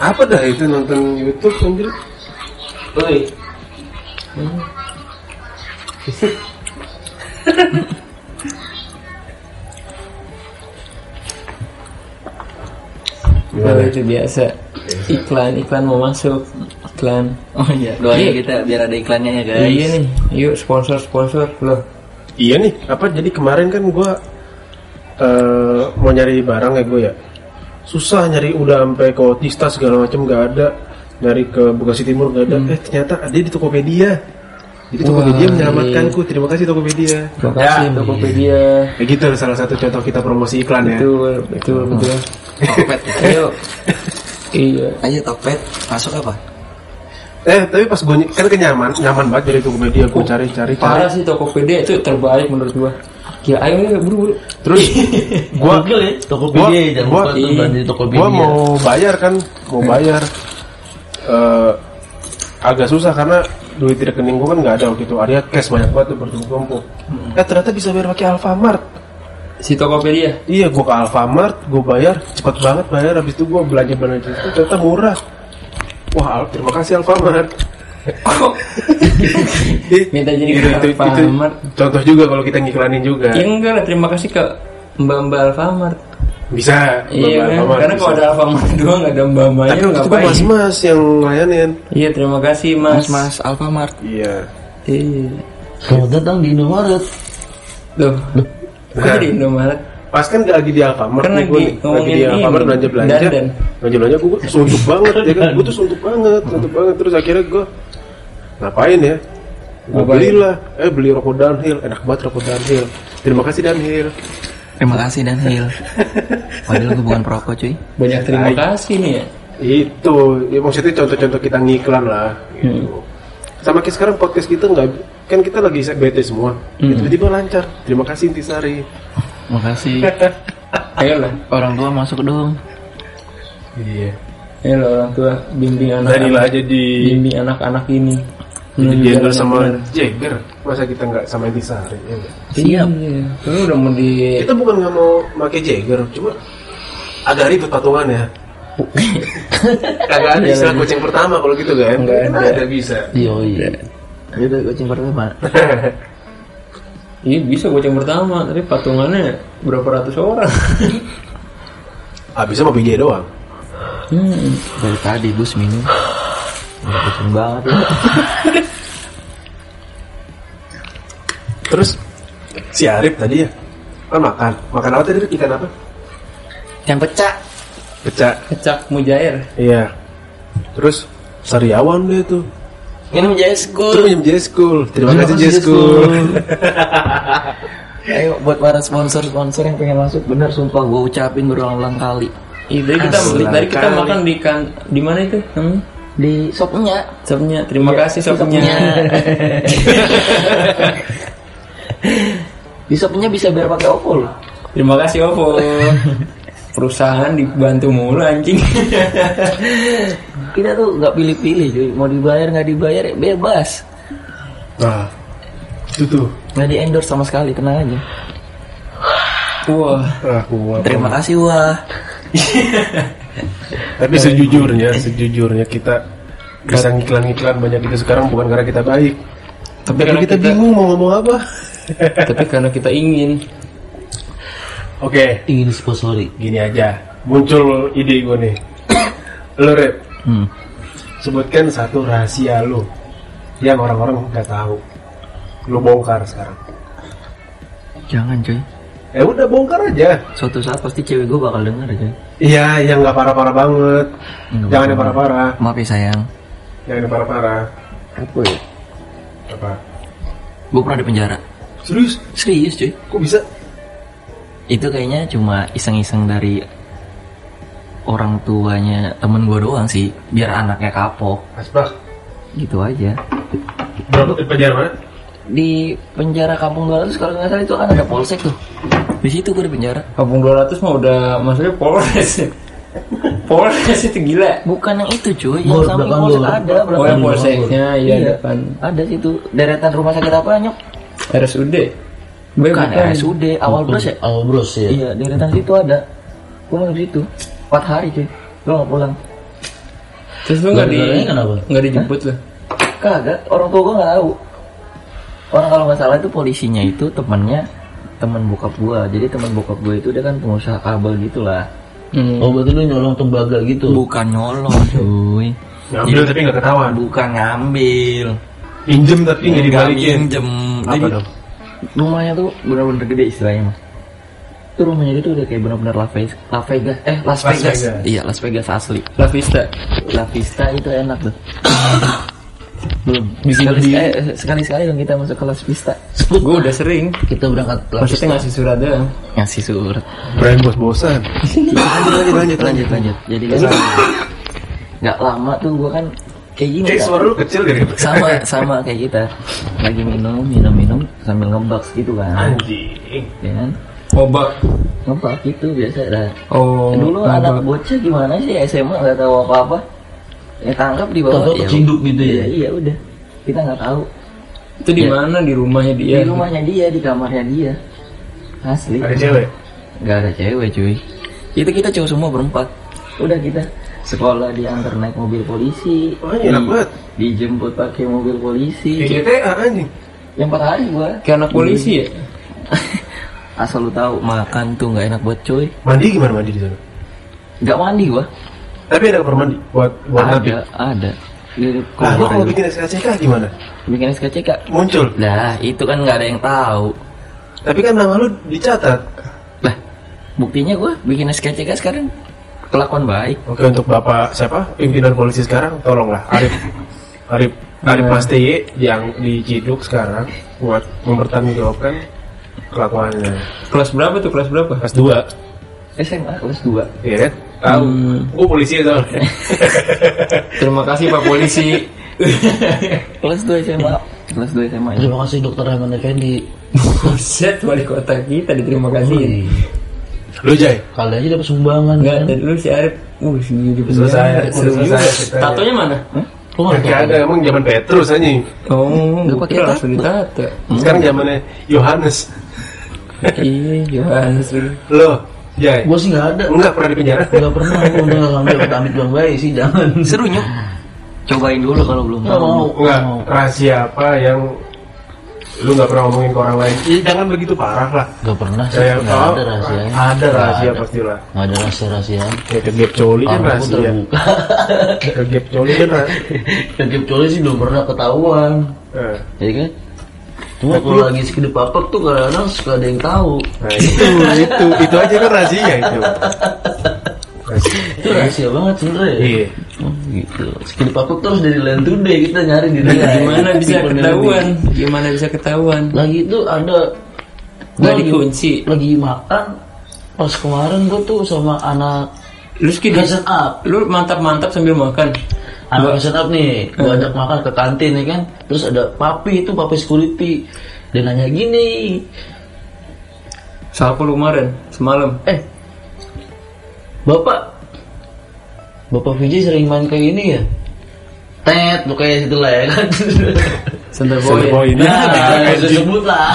B: Apa dah itu nonton YouTube anjir?
C: Oi.
A: Oh, itu biasa. Iklan, iklan mau masuk, iklan.
C: Oh iya. Doain kita biar ada iklannya ya guys.
A: Iya nih, yuk sponsor sponsor loh.
B: Iya nih, apa jadi kemarin kan gua eh, mau nyari barang ya gue ya. Susah nyari udah sampai ke Otista segala macam nggak ada. Nyari ke Bekasi Timur nggak ada. Eh ternyata ada di Tokopedia. Jadi Tokopedia
A: Wah,
B: menyelamatkanku. Terima kasih Tokopedia.
A: Terima kasih Ya, Tokopedia.
B: iya. Ya gitu salah satu contoh kita promosi iklan ya.
A: Betul, betul, betul.
C: Topet.
A: Ayo. iya.
C: Ayo Topet, masuk apa?
B: Eh tapi pas gue kan kenyaman, nyaman banget dari Tokopedia. Gue cari-cari cari.
A: Parah sih Tokopedia itu terbaik menurut gua. Gila, ayo ayo buru buru.
B: Terus gue
E: Google ya.
B: gua,
E: Tokopedia jangan
B: gua, iya.
E: lupa tuh bantu Tokopedia.
B: gua mau bayar kan mau
A: Iya.
B: bayar Eh, agak susah karena duit di rekening gua kan nggak ada waktu itu ada cash banyak banget tuh bertumpuk-tumpuk
A: Hmm.
B: eh ternyata bisa bayar pakai Alfamart
A: Si Tokopedia.
B: iya gua ke Alfamart gua bayar cepet banget bayar habis itu gua belanja belanja itu ternyata murah wah Al- terima kasih Alfamart
A: Minta jadi
B: Iya, Itu- itu- itu
A: Alfamart.
B: contoh juga kalau kita ngiklanin juga
A: Ya enggak lah, terima kasih ke Mbak Mbak Alfamart.
B: bisa
A: Iya kan?
B: Alfamart
A: Karena
B: bisa.
A: kalau ada Alfamart doang nggak ada Mbak Mbaknya
B: tapi
A: lu
B: waktu itu gua
A: ngapain?
B: mas-mas yang ngelayanin
A: Iya terima kasih mas.
C: Mas Mas Alfamart.
B: iya
A: Iya.
E: Selamat datang di Indomaret.
A: Loh. Kok
B: Nah.
A: jadi Indomaret?
B: Pas kan lagi di Alfamart
A: Kan
B: nih,
A: lagi
B: gua nih. lagi
A: ngomongin
B: di Alfamart
A: ini,
B: belanja belanja,
A: dandan.
B: belanja belanja gue suntuk banget, ya kan? Gue tuh suntuk banget, suntuk banget. Terus akhirnya gue ngapain ya? Gue
A: Ngapain?
B: belilah, eh beli rokok downhill, enak banget rokok downhill. Terima kasih downhill.
C: Terima kasih dan Hil. Padahal gue bukan perokok cuy.
A: Banyak terima kasih nih ya.
B: Itu,
A: Hmm.
B: ya maksudnya contoh-contoh kita ngiklan lah. Gitu. Sama kayak sekarang podcast kita nggak kan kita lagi bete semua
A: Hmm.
B: Ya, tiba-tiba lancar terima kasih Intisari
C: Makasih.
A: Ayolah,
C: Orang tua masuk dong.
B: iya
A: ayolah orang tua bimbing
B: Danila
A: anak-anak,
B: aja di
A: bimbing anak-anak ini.
B: jadi
A: Menuju
B: Jendel
A: jalan yang
B: sama
A: Hmm. Iya, benar.
B: Jagger masa kita nggak sama Intisari ya nggak?
C: Siap.
A: Iya, kalau udah mau di
B: kita bukan nggak mau pakai Jagger cuma agak ribet patungan ya Kagak ada istilah kucing pertama kalau gitu
A: Iya,
B: kan?
A: Nggak
B: Nggak
A: ada.
B: ada bisa.
E: Yo iya. Ya udah kucing pertama.
A: Iya bisa kucing pertama, tapi patungannya berapa ratus orang.
B: Habisnya mau PJ doang.
A: Hmm.
E: Dari tadi bus minum. Udah kucing banget.
B: Terus si Arif tadi ya kan makan. Makan apa tadi? Rif? Ikan apa?
C: Yang pecah.
B: Pecah.
A: Kecak mujair.
B: Iya. Terus sariawan dia tuh.
C: Minum jais
B: Terus
C: gue.
B: minjem Jeskul. Terima kasih
E: kasih,
B: Jeskul.
C: Ayo buat para sponsor-sponsor yang pengen masuk bener sumpah gue ucapin berulang-ulang kali
A: Iya, dari kita
B: Asli
A: dari kita
B: kali.
A: makan di kan di mana itu? Hmm?
C: di shopnya.
A: Sopnya, terima kasih sopnya.
C: Shopnya. di shopnya bisa biar pakai oppo loh.
A: terima kasih Oppo. Perusahaan dibantu mulu anjing.
C: Kita tuh nggak pilih-pilih cuy. Mau dibayar nggak dibayar ya bebas.
B: Nah, itu tuh.
C: Nggak di endorse sama sekali tenang aja.
A: Wah,
B: Nah, Aku
C: Terima kasih wah.
B: Tapi sejujurnya, sejujurnya kita bisa ngiklan-ngiklan banyak itu sekarang bukan karena kita baik.
A: Tapi
B: Tapi
A: karena
B: kita,
A: kita-
B: bingung mau ngomong apa.
A: tapi karena kita ingin
B: Oke,
E: Ingin sponsori.
B: gini aja. Muncul ide gue nih. Lo Rep,
C: Hmm.
B: sebutkan satu rahasia lo yang orang-orang nggak tahu. Lo bongkar sekarang.
E: Jangan cuy.
B: Ya udah bongkar aja.
E: Suatu saat pasti cewek gue bakal denger cuy.
B: Iya, yang nggak parah-parah banget. Jangan yang parah-parah.
C: Maaf ya sayang.
B: Jangan yang parah-parah.
E: Apa ya?
B: Apa?
C: Gue pernah di penjara.
B: Serius?
C: Serius cuy.
B: Kok bisa?
C: Itu kayaknya cuma iseng-iseng dari orang tuanya temen gue doang sih. Biar anaknya kapok.
B: Asbak.
C: Gitu aja.
B: Berapa di penjara mana?
C: Di penjara kampung 200 kalau nggak salah itu kan ada polsek tuh. Di situ gue di penjara.
A: Kampung 200 mah udah masuknya Polres. Polres itu gila.
C: Bukan yang itu
E: Gor,
C: cuy. Yang samping
E: belakang
C: polsek
E: gor.
C: ada.
A: Oh
C: berapa?
A: yang Polseknya ya
C: Iya.
A: depan
C: Ada situ. Deretan rumah sakit apa nyok?
A: RSUD. Be,
C: Bukan, RSUD awal bros ya.
E: Oh bros ya.
C: Iya, deretan situ ada. Gue masuk situ. 4 hari cuy. Gue nggak pulang.
A: Terus lu nggak di
E: Gara-garanya kenapa?
A: nggak dijemput lah.
C: Kagak, orang tua gue nggak tahu. Orang kalau nggak salah itu polisinya itu temennya teman bokap gue. Jadi teman bokap gue itu dia kan pengusaha kabel gitulah.
A: Hmm.
E: Oh berarti lu nyolong tembaga gitu.
C: Bukan nyolong, cuy. Iya.
B: Ngambil tapi nggak ketahuan.
C: Bukan ngambil.
B: Pinjem tapi nggak dibalikin.
C: Minjem.
B: Apa
C: Jadi,
B: dong?
C: rumahnya tuh benar-benar gede istilahnya mas. Itu rumahnya itu udah kayak benar-benar Las Vegas, Las Vegas, eh Las,
B: Las
C: Vegas.
B: Vegas.
C: iya Las Vegas asli.
A: La Vista.
C: La Vista itu enak tuh. Belum.
A: Bikin
C: Sekali,
A: lebih-
C: eh, sekali-sekali dong kita masuk ke Las Vista.
A: Gue udah sering.
E: Kita berangkat lapis.
A: Maksudnya ngasih surat doang.
C: Ngasih surat.
B: Brian bos bosan. lanjut, lanjut, lanjut,
C: lanjut lanjut jadi kan nggak lama tuh gua kan kayak gini
B: Kayak
C: kan.
B: Eh, suara lu kecil dari
C: sama sama kayak kita lagi minum minum minum sambil ngebak gitu kan
B: Anjing.
C: ya kan
A: Obat.
C: ngebak gitu biasa dah
A: Oh.
C: dulu
A: obat.
C: anak bocah gimana sih SMA nggak tahu apa apa ya tangkap di bawah
E: Tau-tau
C: ya,
E: kecinduk gitu
C: iya
E: ya.
C: iya udah kita nggak tahu
A: Itu di mana di rumahnya dia?
C: di rumahnya dia di kamarnya dia asli
B: Ada cewek.
C: nggak ada cewek cuy itu kita cowok semua berempat udah kita sekolah diantar naik mobil polisi
B: Oh, enak
C: Di-
B: banget.
C: dijemput pakai mobil polisi
B: Kayak GTA anjing.
C: yang empat hari gua
A: Kayak anak polisi ya?
C: asal lu tahu makan tuh nggak enak buat cuy
B: Mandi gimana mandi di sana?
C: nggak mandi gua
B: Tapi ada kamar mandi buat buat napi.
C: ada ada di
B: Lah, lu
C: keluar
B: kalau
C: gua.
B: bikin SKCK gimana?
C: bikin SKCK
B: Muncul.
C: nah itu kan nggak ada yang tahu
B: Tapi kan nama lu dicatat.
C: lah buktinya gua bikin SKCK sekarang kelakuan baik
B: Oke untuk Bapak siapa pimpinan polisi sekarang tolonglah Arif Arif Arif
C: Nah.
B: Mas TY yang diciduk sekarang buat mempertanggungjawabkan kelakuannya
A: Kelas berapa tuh? Kelas berapa?
B: kelas 2
C: SMA kelas 2
B: iya kan tahu gua polisi soalnya
A: Terima kasih Pak Polisi.
C: kelas 2 SMA kelas 2 SMA ya.
E: Terima kasih Dokter Rahman Effendi.
A: Buset, wali kota kita diterima kasih.
E: Wih,
B: Lu Jay.
E: Kali aja dapat sumbangan.
A: Enggak,
E: kan?
A: dari dulu si Arif. Uh, si di penjara.
B: Selesai, selesai
A: Udah juga.
B: ceritanya.
A: Tatonya mana?
E: Lu nggak
B: Gak ada Hmm. emang zaman Petrus anjing.
A: Oh,
C: Nggak
A: gue
C: pakai
A: kira
C: tato.
A: langsung ditato.
B: Sekarang zamannya Yohanes.
A: Iya, Johannes dulu.
B: Lo, Jay.
E: Gue sih nggak ada.
B: Enggak pernah di penjara.
E: Nggak pernah. Gue udah sampai amit bang bayi sih jangan.
C: Seru nyuk. Cobain dulu kalau belum
E: Nggak
C: tahu.
E: mau.
B: Enggak, rahasia apa yang lu nggak pernah ngomongin ke orang lain? Ih, jangan begitu parah lah.
E: Nggak pernah sih.
B: Kayak
E: Nggak
B: oh,
E: ada rahasia.
B: Ada rahasia pastilah.
E: Nggak ada rahasia rahasia.
B: Ya ke gap coli kan
E: Aku
B: rahasia.
E: terbuka.
B: Ke gap coli kan rahasia.
E: Dan kecuali sih belum pernah ketahuan.
B: Eh,
E: Ya kan? Cuma kalau lagi sekedar papak tuh kadang-kadang suka ada yang tahu.
B: Nah, itu, itu, itu aja kan rahasia itu. Rahasia.
E: Itu rahasia banget sebenernya.
B: Iya.
E: Oh, gitu. Sekedar papak tuh harus dari land today kita nyari di
A: Iya,
E: dunia. Iya,
A: Gimana bisa ketahuan? Gimana bisa ketahuan?
E: Lagi itu ada
A: Gak
E: lagi-
A: dikunci.
E: lagi makan pas kemarin gue tuh sama anak
A: Lu ski
E: Pesan up
A: Lu mantap-mantap sambil makan.
E: anak pesan up nih gue
A: Eh.
E: ajak makan ke kantin ya kan terus ada papi itu papi security dia nanya gini
A: Salpo lu kemarin semalam.
E: eh bapak bapak Vijay sering main kayak gini ya tet lu kayak situ lah ya kan
A: Center
B: Center
A: boy.
B: boy.
E: nah nggak usah sebut lah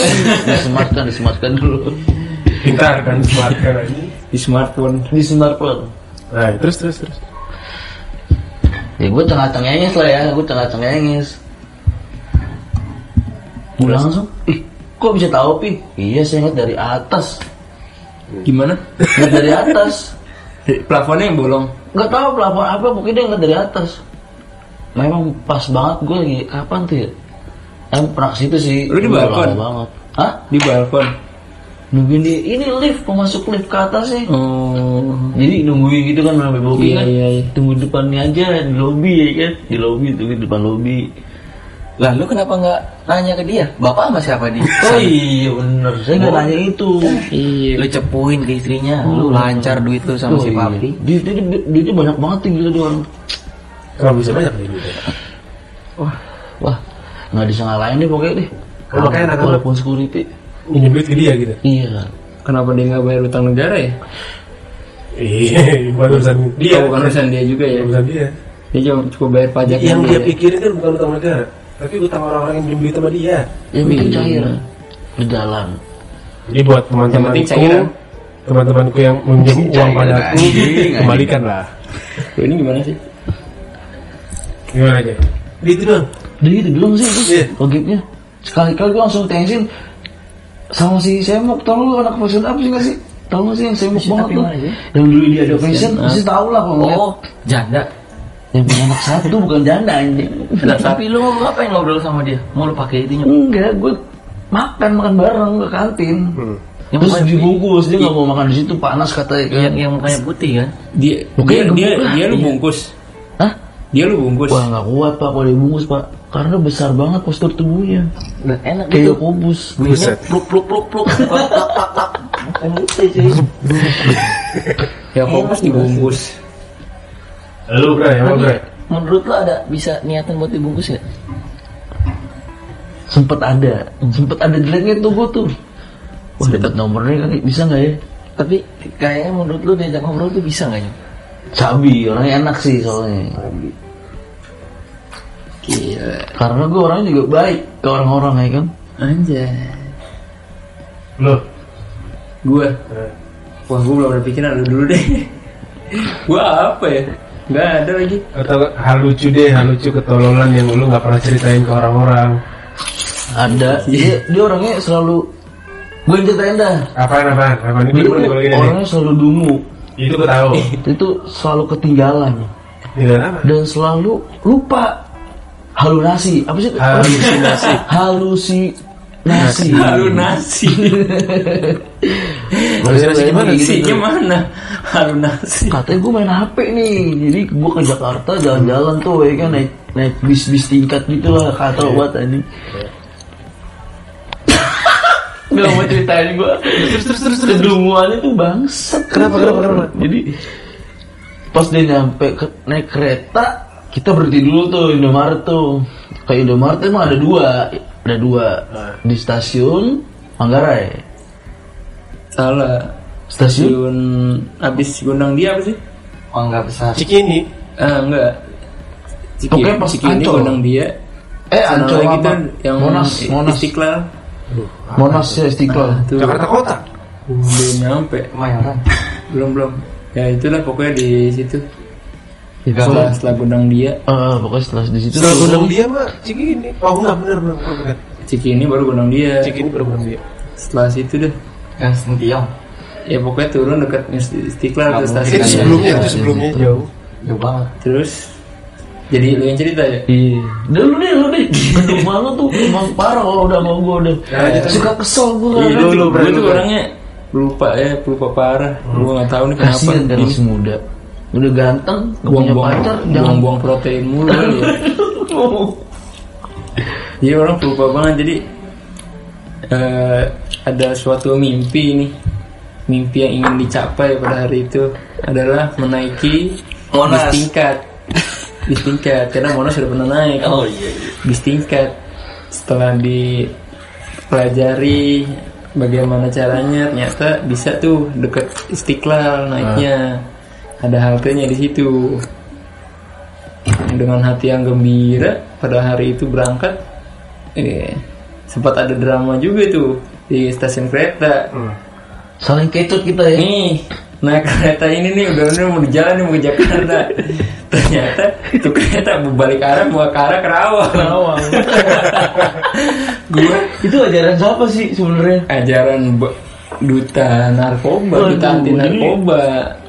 E: disematkan disematkan dulu
B: Pintar kan, smart kan aja.
A: Di smartphone.
E: di smartphone
B: Nah, terus, terus, terus.
E: Ya gue tengah-tengahnya lah ya, gue tengah-tengahnya Gue langsung, ih kok bisa tahu Pi? Iya saya ingat dari atas,
A: Gimana?
E: ingat dari atas
A: Eh, Plafonnya yang bolong.
E: Gak tahu pelapor apa, mungkin dia ingat dari atas Memang pas banget gue lagi, kapan tuh ya? Em pernah ke situ sih
A: Lu di
E: Udah
A: balkon?
E: lama banget Hah?
A: Di balkon.
E: Nungguin dia, ini lift, pemasuk lift ke atas sih
A: Oh.
E: Jadi nungguin gitu kan sampai
A: Iya,
E: bobi kan.
A: iya, iya.
E: Tunggu depannya aja di lobi ya kan. Di lobi tunggu depan lobi.
C: Lah lu kenapa nggak nanya ke dia? Bapak sama siapa dia?
E: Oh iya bener, saya nggak nanya itu.
A: Iya.
C: Lu cepuin ke istrinya, lu lancar duit lu
E: Oh,
C: sama si
E: iya.
C: papi.
E: Dia, dia, dia, dia- dia banyak banget tuh gitu gila dia orang.
B: Kalau bisa banyak nih gitu.
E: Wah, nggak bisa ngalahin deh pokoknya deh.
B: Oh, makanya anak-anak.
E: Walaupun security.
B: Minjem duit ke dia gitu.
E: Iya.
A: Kenapa dia nggak bayar utang negara ya?
B: Iya, bukan urusan dia.
A: Oh, bukan urusan dia juga ya.
B: Urusan dia.
A: Dia cuma cukup bayar pajak.
B: Yang dia
A: iya.
B: pikirin kan bukan utang negara, tapi utang orang-orang yang minjem duit sama dia.
E: Yang penting
C: Iya.
E: cair. Berjalan.
B: Jadi buat
A: Yang penting
B: teman-temanku,
A: cairan.
B: teman-temanku yang meminjam uang
C: Cairan,
B: padaku,
C: anjing,
B: kembalikanlah.
A: Ini gimana sih?
B: Gimana aja? Di itu dong.
E: Udah gitu belum sih terus
B: Iya.
E: logiknya. Sekali-kali gue langsung tensin sama si Semok tolong lu anak fashion up sih nggak sih? Tahu nggak sih yang Semok banget
C: yang
E: tuh?
C: mana ya?
E: Yang dulu dia ada fashion,
A: up.
E: pasti tahu lah kalau ngeliat.
C: ah. Oh, janda.
E: Yang punya anak satu bukan janda anjing.
C: Lah, tapi lu mau ngapain ngobrol sama dia? Mau lu pakai itunya?
E: Enggak, gue makan makan bareng ke kantin.
C: Yang
E: Terus
C: mukanya-
E: dibungkus dia nggak mau makan di situ panas katanya kan.
C: Yang yang mukanya putih kan?
A: Dia dia,
E: Mukanya
A: dia,
E: gemuk lah.
A: dia lu
E: Iya.
A: bungkus.
E: Hah?
A: Dia lu bungkus.
E: Wah nggak kuat pak kalau dibungkus pak, karena besar banget postur tubuhnya.
C: Nah, enak gitu.
E: Kayak kubus.
C: Bunyinya
B: Buset.
C: pluk pluk pluk pluk. Plak, plak, plak, plak. Makan putih sih.
A: Ya fokus dibungkus.
B: Lu bre, ya lu bre.
C: Menurut lu ada bisa niatan buat dibungkus ya?
E: sempet ada sempet ada jeleknya tuh gue tuh wah dapat nomornya kali bisa nggak ya
C: Tapi kayaknya menurut lu diajak ngobrol tuh bisa nggak Nyok?
E: sabi orangnya enak sih soalnya
A: Gila.
E: karena gue orangnya juga baik ke orang-orang ya kan
A: Anjay.
B: Lu.
A: Gua.
B: Eh,
A: Wah, gua belum ada pikiran lu dulu deh. gua apa ya? Gak ada lagi.
B: Atau hal lucu deh, hal lucu ketololan yang lu nggak pernah ceritain ke orang-orang.
E: ada
C: Iya
E: dia, dia orangnya selalu gue ceritain dah
B: Apaan apaan? Apaan
E: dia
B: itu
E: tuh
B: lu balikin ini.
E: orangnya selalu dungu
B: Itu gua tahu.
E: itu selalu ketinggalan
B: Ini apa?
E: dan selalu lupa halunasi apa sih
B: Halusinasi.
E: halusinasi
A: Halunasi.
B: Halusinasi gimana
E: Gitu
A: Isinya
E: tuh.
A: mana? Halunasi.
E: katanya gue main HP nih jadi gue ke Jakarta jalan-jalan tuh ya kan naik naik bis bis tingkat gitu lah kata
A: Iya.
E: buat ini nggak mau ceritain gue terus terus terus kedunguannya tuh bangsat
B: Kenapa, kenapa, kenapa?
E: jadi pas dia nyampe ke, naik kereta kita berhenti dulu tuh Indomaret tuh ke Indomaret emang ada dua ada dua
A: Nah.
E: di stasiun Manggarai
A: Salah.
E: stasiun
A: Stasiun abis undang dia apa sih?
C: Mangga besar.
B: Cikini
A: Ah enggak. Cikini,
E: Pokoknya pas
A: Cikini
E: Ancol.
A: gondang dia.
E: eh
A: Sana
E: Ancol
A: lagi
E: apa?
A: tuh yang
E: Monas Monas
A: Istiqlal.
E: Monas ya Istiqlal
A: Tuh,
B: Jakarta Kota
A: belum nyampe.
C: Kemayoran.
A: Belum belum. Ya itulah pokoknya di situ.
E: Istiqlal.
A: Setelah, setelah gondang dia,
E: Iya, Eh, pokoknya setelah di situ
B: Setelah
E: tuh,
B: gondang dia mah Cikini Oh enggak bener bener bener, bener.
A: Cikini baru gondang dia.
B: Cikini baru gondang dia
A: Setelah situ deh.
C: Gang Sentiong.
A: Ya pokoknya turun dekat Masjid Istiqlal tuh
C: Nggak
A: stasiun.
B: Itu sebelumnya itu sebelumnya jauh
C: Jauh banget.
A: Terus jadi lu yang cerita ya?
E: Iya. Udah lu deh, lu deh. Gedung malu tuh emang parah kalau udah mau gua udah. Suka kesel gua.
A: Ya, Iya,
E: kadang.
A: lu, gue tuh orangnya lupa ya, lupa parah. Gue nggak tahu nih kenapa.
E: Kasihan kan
A: Ini
E: masih muda. Udah ganteng, gak punya
A: buang-buang
E: pacar, jangan
A: buang-buang protein mulu kan ya. Jadi Iya, orang lupa banget. Jadi eh, ada suatu mimpi nih. Mimpi yang ingin dicapai pada hari itu adalah menaiki
C: Monas.
A: bis tingkat. Bis tingkat karena Monas sudah pernah naik.
C: Oh iya. iya.
A: bis tingkat setelah dipelajari bagaimana caranya ternyata bisa tuh deket istiqlal naiknya ada haltenya di situ dengan hati yang gembira pada hari itu berangkat eh, sempat ada drama juga tuh di stasiun kereta
E: Saling kecut kita ya.
A: nih naik kereta ini nih udah udah mau di jalan nih mau ke Jakarta ternyata itu kereta berbalik arah mau ke arah Kerawang
E: Awang.
A: gue
E: Itu ajaran siapa sih sebenarnya?
A: ajaran be- duta narkoba,
E: Waduh,
A: duta anti narkoba.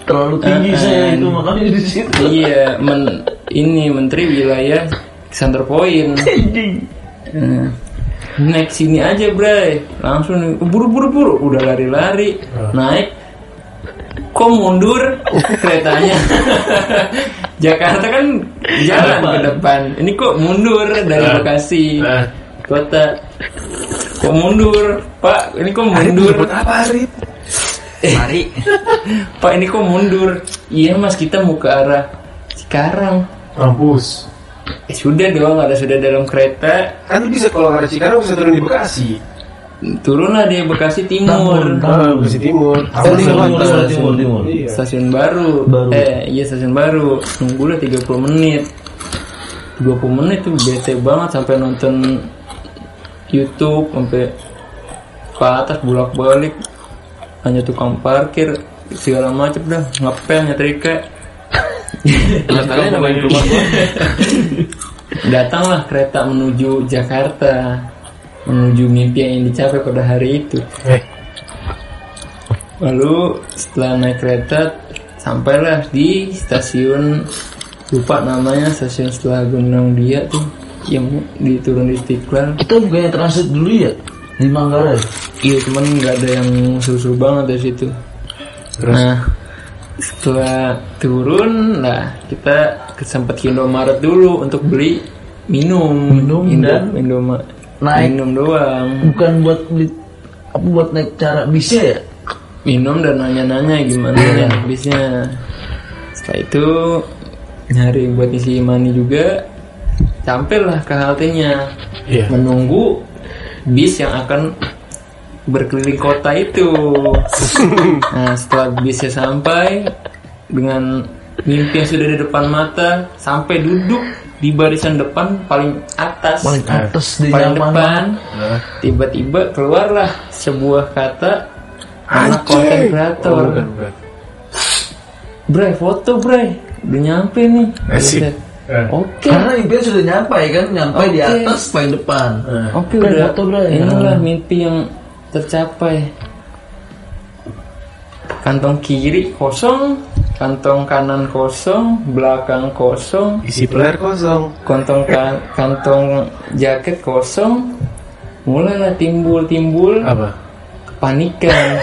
E: Terlalu tinggi
A: Eh,
E: saya
A: eh.
E: itu makanya di situ.
A: Iya, men- ini menteri wilayah center point. Eh, Naik sini aja, Bray. Langsung buru-buru buru, udah lari-lari, naik. Kok mundur keretanya? Jakarta kan jalan ke depan. Nah. Ini kok mundur dari Bekasi kota? Kok mundur, Pak? Ini kok mundur?
B: Buat apa Arif?
C: Mari.
A: Pak ini kok mundur? Iya mas kita mau ke arah Cikarang.
B: Mampus
A: Eh, sudah dong ada sudah dalam kereta
B: Kan lu bisa kalau ada Cikarang bisa turun di Bekasi
A: turunlah di Bekasi Timur
B: Ah, Bekasi Timur Tahu lu
D: Timur,
B: lewat.
D: Timur, Timur, Timur.
B: Iya.
A: stasiun baru.
D: Baru.
A: Eh iya stasiun baru. Nunggulah 30 menit. 30 menit tuh bete banget sampai nonton YouTube sampai ke atas bolak balik hanya tukang parkir segala macem dah ngepel nyetrika
C: Kalian namain rumah gua.
A: Datanglah kereta menuju Jakarta Menuju mimpi yang ingin dicapai pada hari itu
B: Eh,
A: Lalu setelah naik kereta Sampailah di stasiun Lupa namanya stasiun setelah Gunung Dia tuh Yang diturun di Istiqlal
E: Kita bukannya transit dulu ya di Manggarai.
A: Iya cuman nggak ada yang susu banget dari situ Nah setelah turun nah kita sempat ke Indomaret dulu untuk beli minum
E: Minum dan
A: Indoma-
E: naik.
A: minum doang
E: Bukan buat beli apa buat naik cara bisa ya?
A: minum dan nanya-nanya gimana
E: Iya.
A: ya habisnya setelah itu nyari buat isi mani juga sampailah ke haltenya
B: Iya.
A: menunggu bis yang akan berkeliling kota itu nah setelah bisnya sampai dengan mimpi yang sudah di depan mata sampai duduk di barisan depan paling atas
E: Paling atas
A: Eh,
E: di
A: paling
E: zaman.
A: depan Nah, tiba-tiba keluarlah sebuah kata anak konten
B: Oh,
A: kreator
B: bukan, bukan.
A: Bray foto bray udah nyampe nih
B: Asik.
A: Buset.
B: Eh.
A: oke
E: Karena impian sudah nyampai kan, nyampai di
A: Oke.
E: atas paling depan.
A: oke
E: Bray,
A: udah
E: foto, Bray.
A: inilah mimpi yang tercapai kantong kiri kosong kantong kanan kosong belakang kosong
B: Isi player kosong
A: kantong ka- kantong jaket kosong mulailah timbul timbul
B: Apa?
A: kepanikan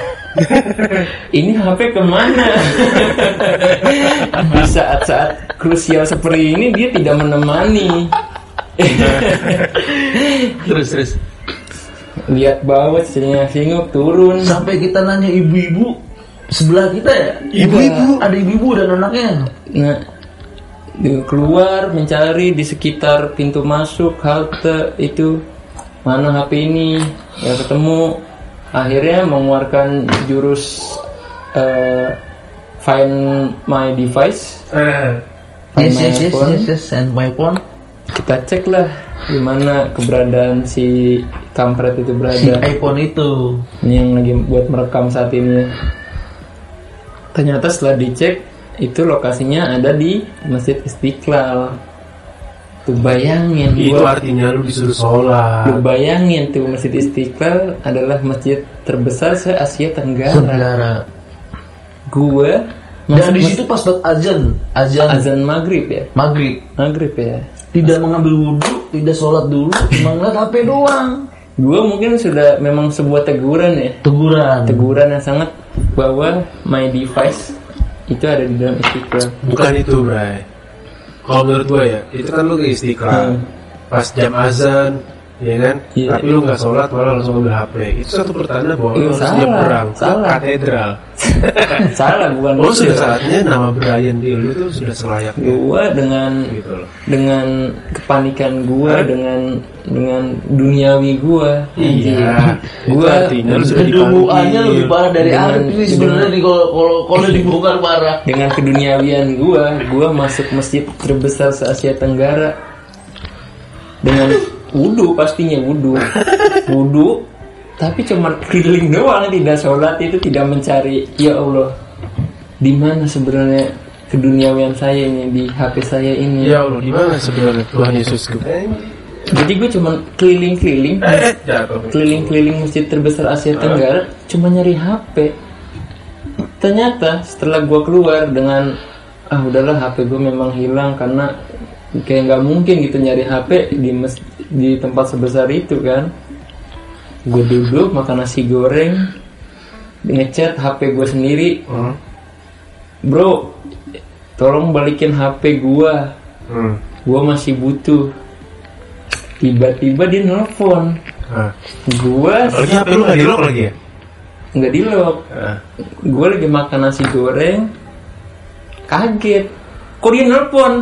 A: ini HP kemana di saat-saat krusial seperti ini dia tidak menemani
E: Terus terus.
A: lihat bawah sehingga singgup turun
E: Sampai kita nanya ibu-ibu sebelah kita ya.
B: Ibu-ibu
E: Ada ibu-ibu dan anaknya.
A: nah Dia keluar mencari di sekitar pintu masuk halte itu mana HP ini ya ketemu akhirnya mengeluarkan jurus eh, find my device
B: Eh,
A: Find
E: Yes, yes,
A: my
E: yes,
A: phone.
E: yes, yes, and my phone.
A: kita cek lah di mana keberadaan si kampret itu
E: Si
A: berada
E: iPhone itu.
A: ini yang lagi buat merekam saat ini ternyata setelah dicek itu lokasinya ada di masjid istiqlal tuh bayangin
B: itu
A: gua-
B: artinya lu disuruh sholat.
A: Lu bayangin tuh Masjid Istiqlal adalah masjid terbesar se Asia Tenggara.
E: Negara.
A: Gua
E: Iya. Dan
A: masuk
E: di situ pas buat azan,
A: mas-
E: azan
A: azan maghrib ya,
E: maghrib,
A: maghrib ya.
E: tidak mengambil wudhu, tidak sholat dulu, cuma ngeliat HP doang.
A: Gua mungkin sudah memang sebuah teguran ya,
E: Teguran.
A: teguran yang sangat bahwa my device itu ada di dalam Istiqlal.
B: Bukan itu, Bray. Kalau menurut gue ya, itu kan lu ke istiqlal. Pas jam azan, ya kan?
A: Hmm. Iya.
B: Tapi lu nggak sholat malah langsung ambil HP. Itu satu pertanda bahwa lu
A: Iya,
B: harus
A: salah,
B: nyebrang ke
A: salah.
B: katedral.
A: Eh, Salah bukan
B: Oh, sudah
A: gitu.
B: saatnya nama Brian Deal itu sudah selayaknya
A: Gua dengan
B: gitu loh.
A: dengan kepanikan gua dengan dengan duniawi gua
B: Iya. Itu
A: Gua-
B: artinya lu sudah
E: Kedumuannya
B: dipanggil.
E: lebih parah dari
A: Dengan-
E: Arif ini sebenarnya di- kalau kalau kalau
C: Iya.
E: dibongkar parah.
A: dengan keduniawian gua, gua masuk masjid terbesar se Asia Tenggara dengan wudhu pastinya wudhu, wudhu. Tapi cuma keliling doang, tidak sholat itu tidak mencari. Ya Allah, di mana sebenarnya keduniawian saya ini di HP saya ini?
B: Ya Allah, di mana sebenarnya Tuhan Yesus itu?
A: Jadi gue cuma keliling-keliling,
B: Eh, jatuh.
A: keliling-keliling masjid terbesar Asia Tenggara, cuma nyari HP. Ternyata setelah gua keluar dengan ah udahlah HP gue memang hilang karena kayak nggak mungkin gitu nyari HP di mes- di tempat sebesar itu kan. Gue duduk makan nasi goreng, ngechat HP gue sendiri,
B: Hmm.
A: bro, tolong balikin HP gua,
B: Hmm.
A: gua masih butuh. Tiba-tiba dia nelfon,
B: Nah.
A: gua
B: Lagi HP lu nggak di lock lagi ya?
A: nggak di lock
B: Ah.
A: gue lagi makan nasi goreng kaget kok dia nelpon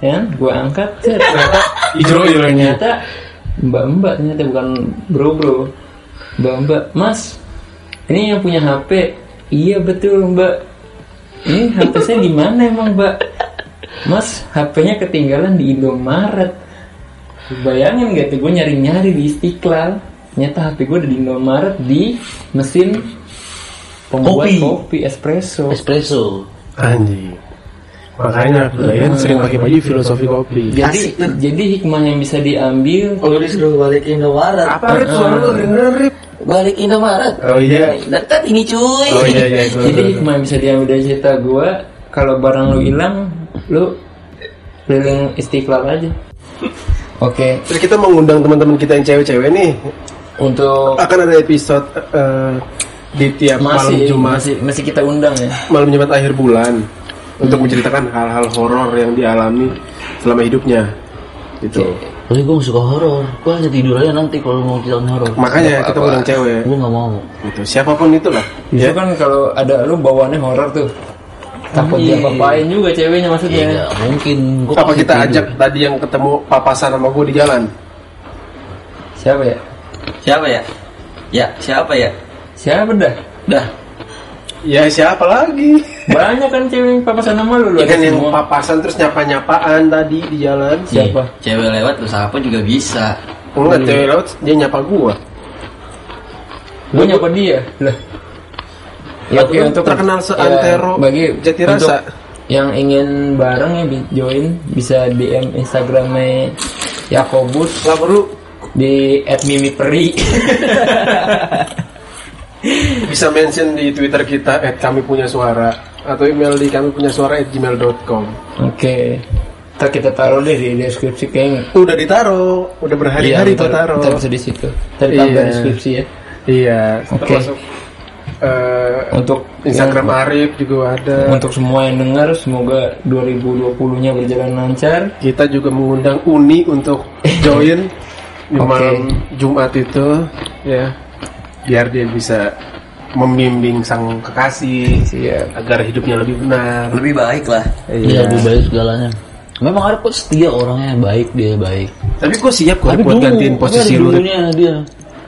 A: ya gue angkat set.
B: Hijau hilangnya.
A: ternyata mbak mbak ternyata bukan bro bro mbak mbak mas ini yang punya hp iya betul mbak ini hp saya di mana emang mbak mas hp-nya ketinggalan di Indomaret bayangin gak tuh gue nyari nyari di Istiqlal ternyata hp gue ada di Indomaret di mesin pembuat kopi,
E: Kopi.
A: espresso
E: Espresso.
B: Anjing. Makanya Brian sering pakai baju filosofi kopi.
A: jadi jadi hikmah yang bisa diambil
C: Kalau disuruh balik Indomaret.
B: Rip? Suara lu kedengeran, Rip?
C: Balik Indomaret.
B: Oh iya.
C: Dekat ini cuy.
B: Oh iya, iya. itu.
A: Jadi hikmah yang bisa diambil dari cerita gue, kalau barang lu hilang, lu keliling istiqlal aja. Oke,
B: Terus kita mau ngundang teman-teman kita yang cewek-cewek nih.
A: untuk
B: Akan ada episode eh, di tiap malam
A: masih
B: Jumat,
A: masih masih kita undang ya.
B: malam Jumat akhir bulan untuk menceritakan hal-hal horor yang dialami selama hidupnya. Gitu.
E: Tapi gue suka horor. Gue aja tidur aja nanti kalau mau cerita horor.
B: Makanya kita undang cewek.
E: Gue nggak mau.
B: Gitu. Siapapun itulah.
A: Itu kan kalau ada lu bawaannya horor tuh. Takut
E: Iya.
A: dia apain juga ceweknya maksudnya.
E: Ya
C: Iya.
E: nggak mungkin. Gua
B: Apa
E: pasti
B: kita
E: tidur.
B: ajak tadi yang ketemu papasan sama gue di jalan?
A: Siapa ya?
C: Siapa ya? Ya, siapa ya?
A: Siapa dah?
C: Dah.
B: Ya siapa lagi?
A: Banyak kan cewek yang papasan sama lu lu
B: Ya
A: ada
B: kan yang
A: Iya semua.
B: papasan terus nyapa-nyapaan tadi di jalan.
A: Siapa?
C: Ih, Cewek lewat terus apa juga bisa.
B: Enggak, cewek laut ya, dia nyapa gua.
A: Gue nyapa dia. Lah.
B: Ya, lu terkenal seantero jati rasa.
A: untuk yang ingin bareng ya bi- join bisa DM Instagramnya Yakobus
B: Gak perlu
A: di @mimiperi.
B: bisa mention di Twitter kita at kami punya suara atau email di kami punya suara at gmail.com
A: Oke. Ntar kita taruh deh di deskripsi kayaknya. Iya,
B: udah ditaro udah berhari-hari tuh
A: ntar-
B: taro
A: ntar bisa di situ. Tadi tambah
B: Iya.
A: deskripsi ya.
B: iya
A: Oke. Iya.
B: termasuk eh,
A: Untuk
B: Instagram Arif juga ada
A: Untuk semua yang dengar semoga 2020-nya berjalan lancar.
B: kita juga mengundang Uni untuk join di
A: Oke.
B: malam Jumat itu ya biar dia bisa membimbing sang kekasih
A: Siap.
B: agar hidupnya lebih benar
C: Lebih baik lah.
E: Iya, lebih Iya, baik segalanya. Memang ada kok setia orangnya baik dia baik.
B: Tapi gue siap kok
E: Tapi
B: buat
E: dulu,
B: gantiin
E: tapi
B: posisi
E: ada
B: lu.
E: dulunya dia.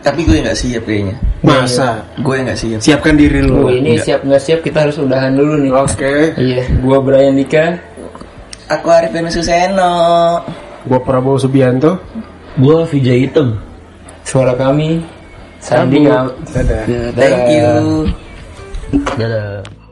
C: Tapi gue nggak siap kayaknya.
B: Masa?
C: Gue nggak siap.
B: Siapkan diri lu.
A: Tuh, ini
B: Enggak.
A: siap nggak siap kita harus udahan dulu nih.
B: Oke.
A: Iya, gua Brian Dika.
C: Aku Arif Beno Suseno.
B: Gua Prabowo Subianto.
E: Gua Vijay Hitam.
A: Suara kami Sandi Ngab.
B: Dadah.
A: Dadah.
C: Thank you.
E: Dadah.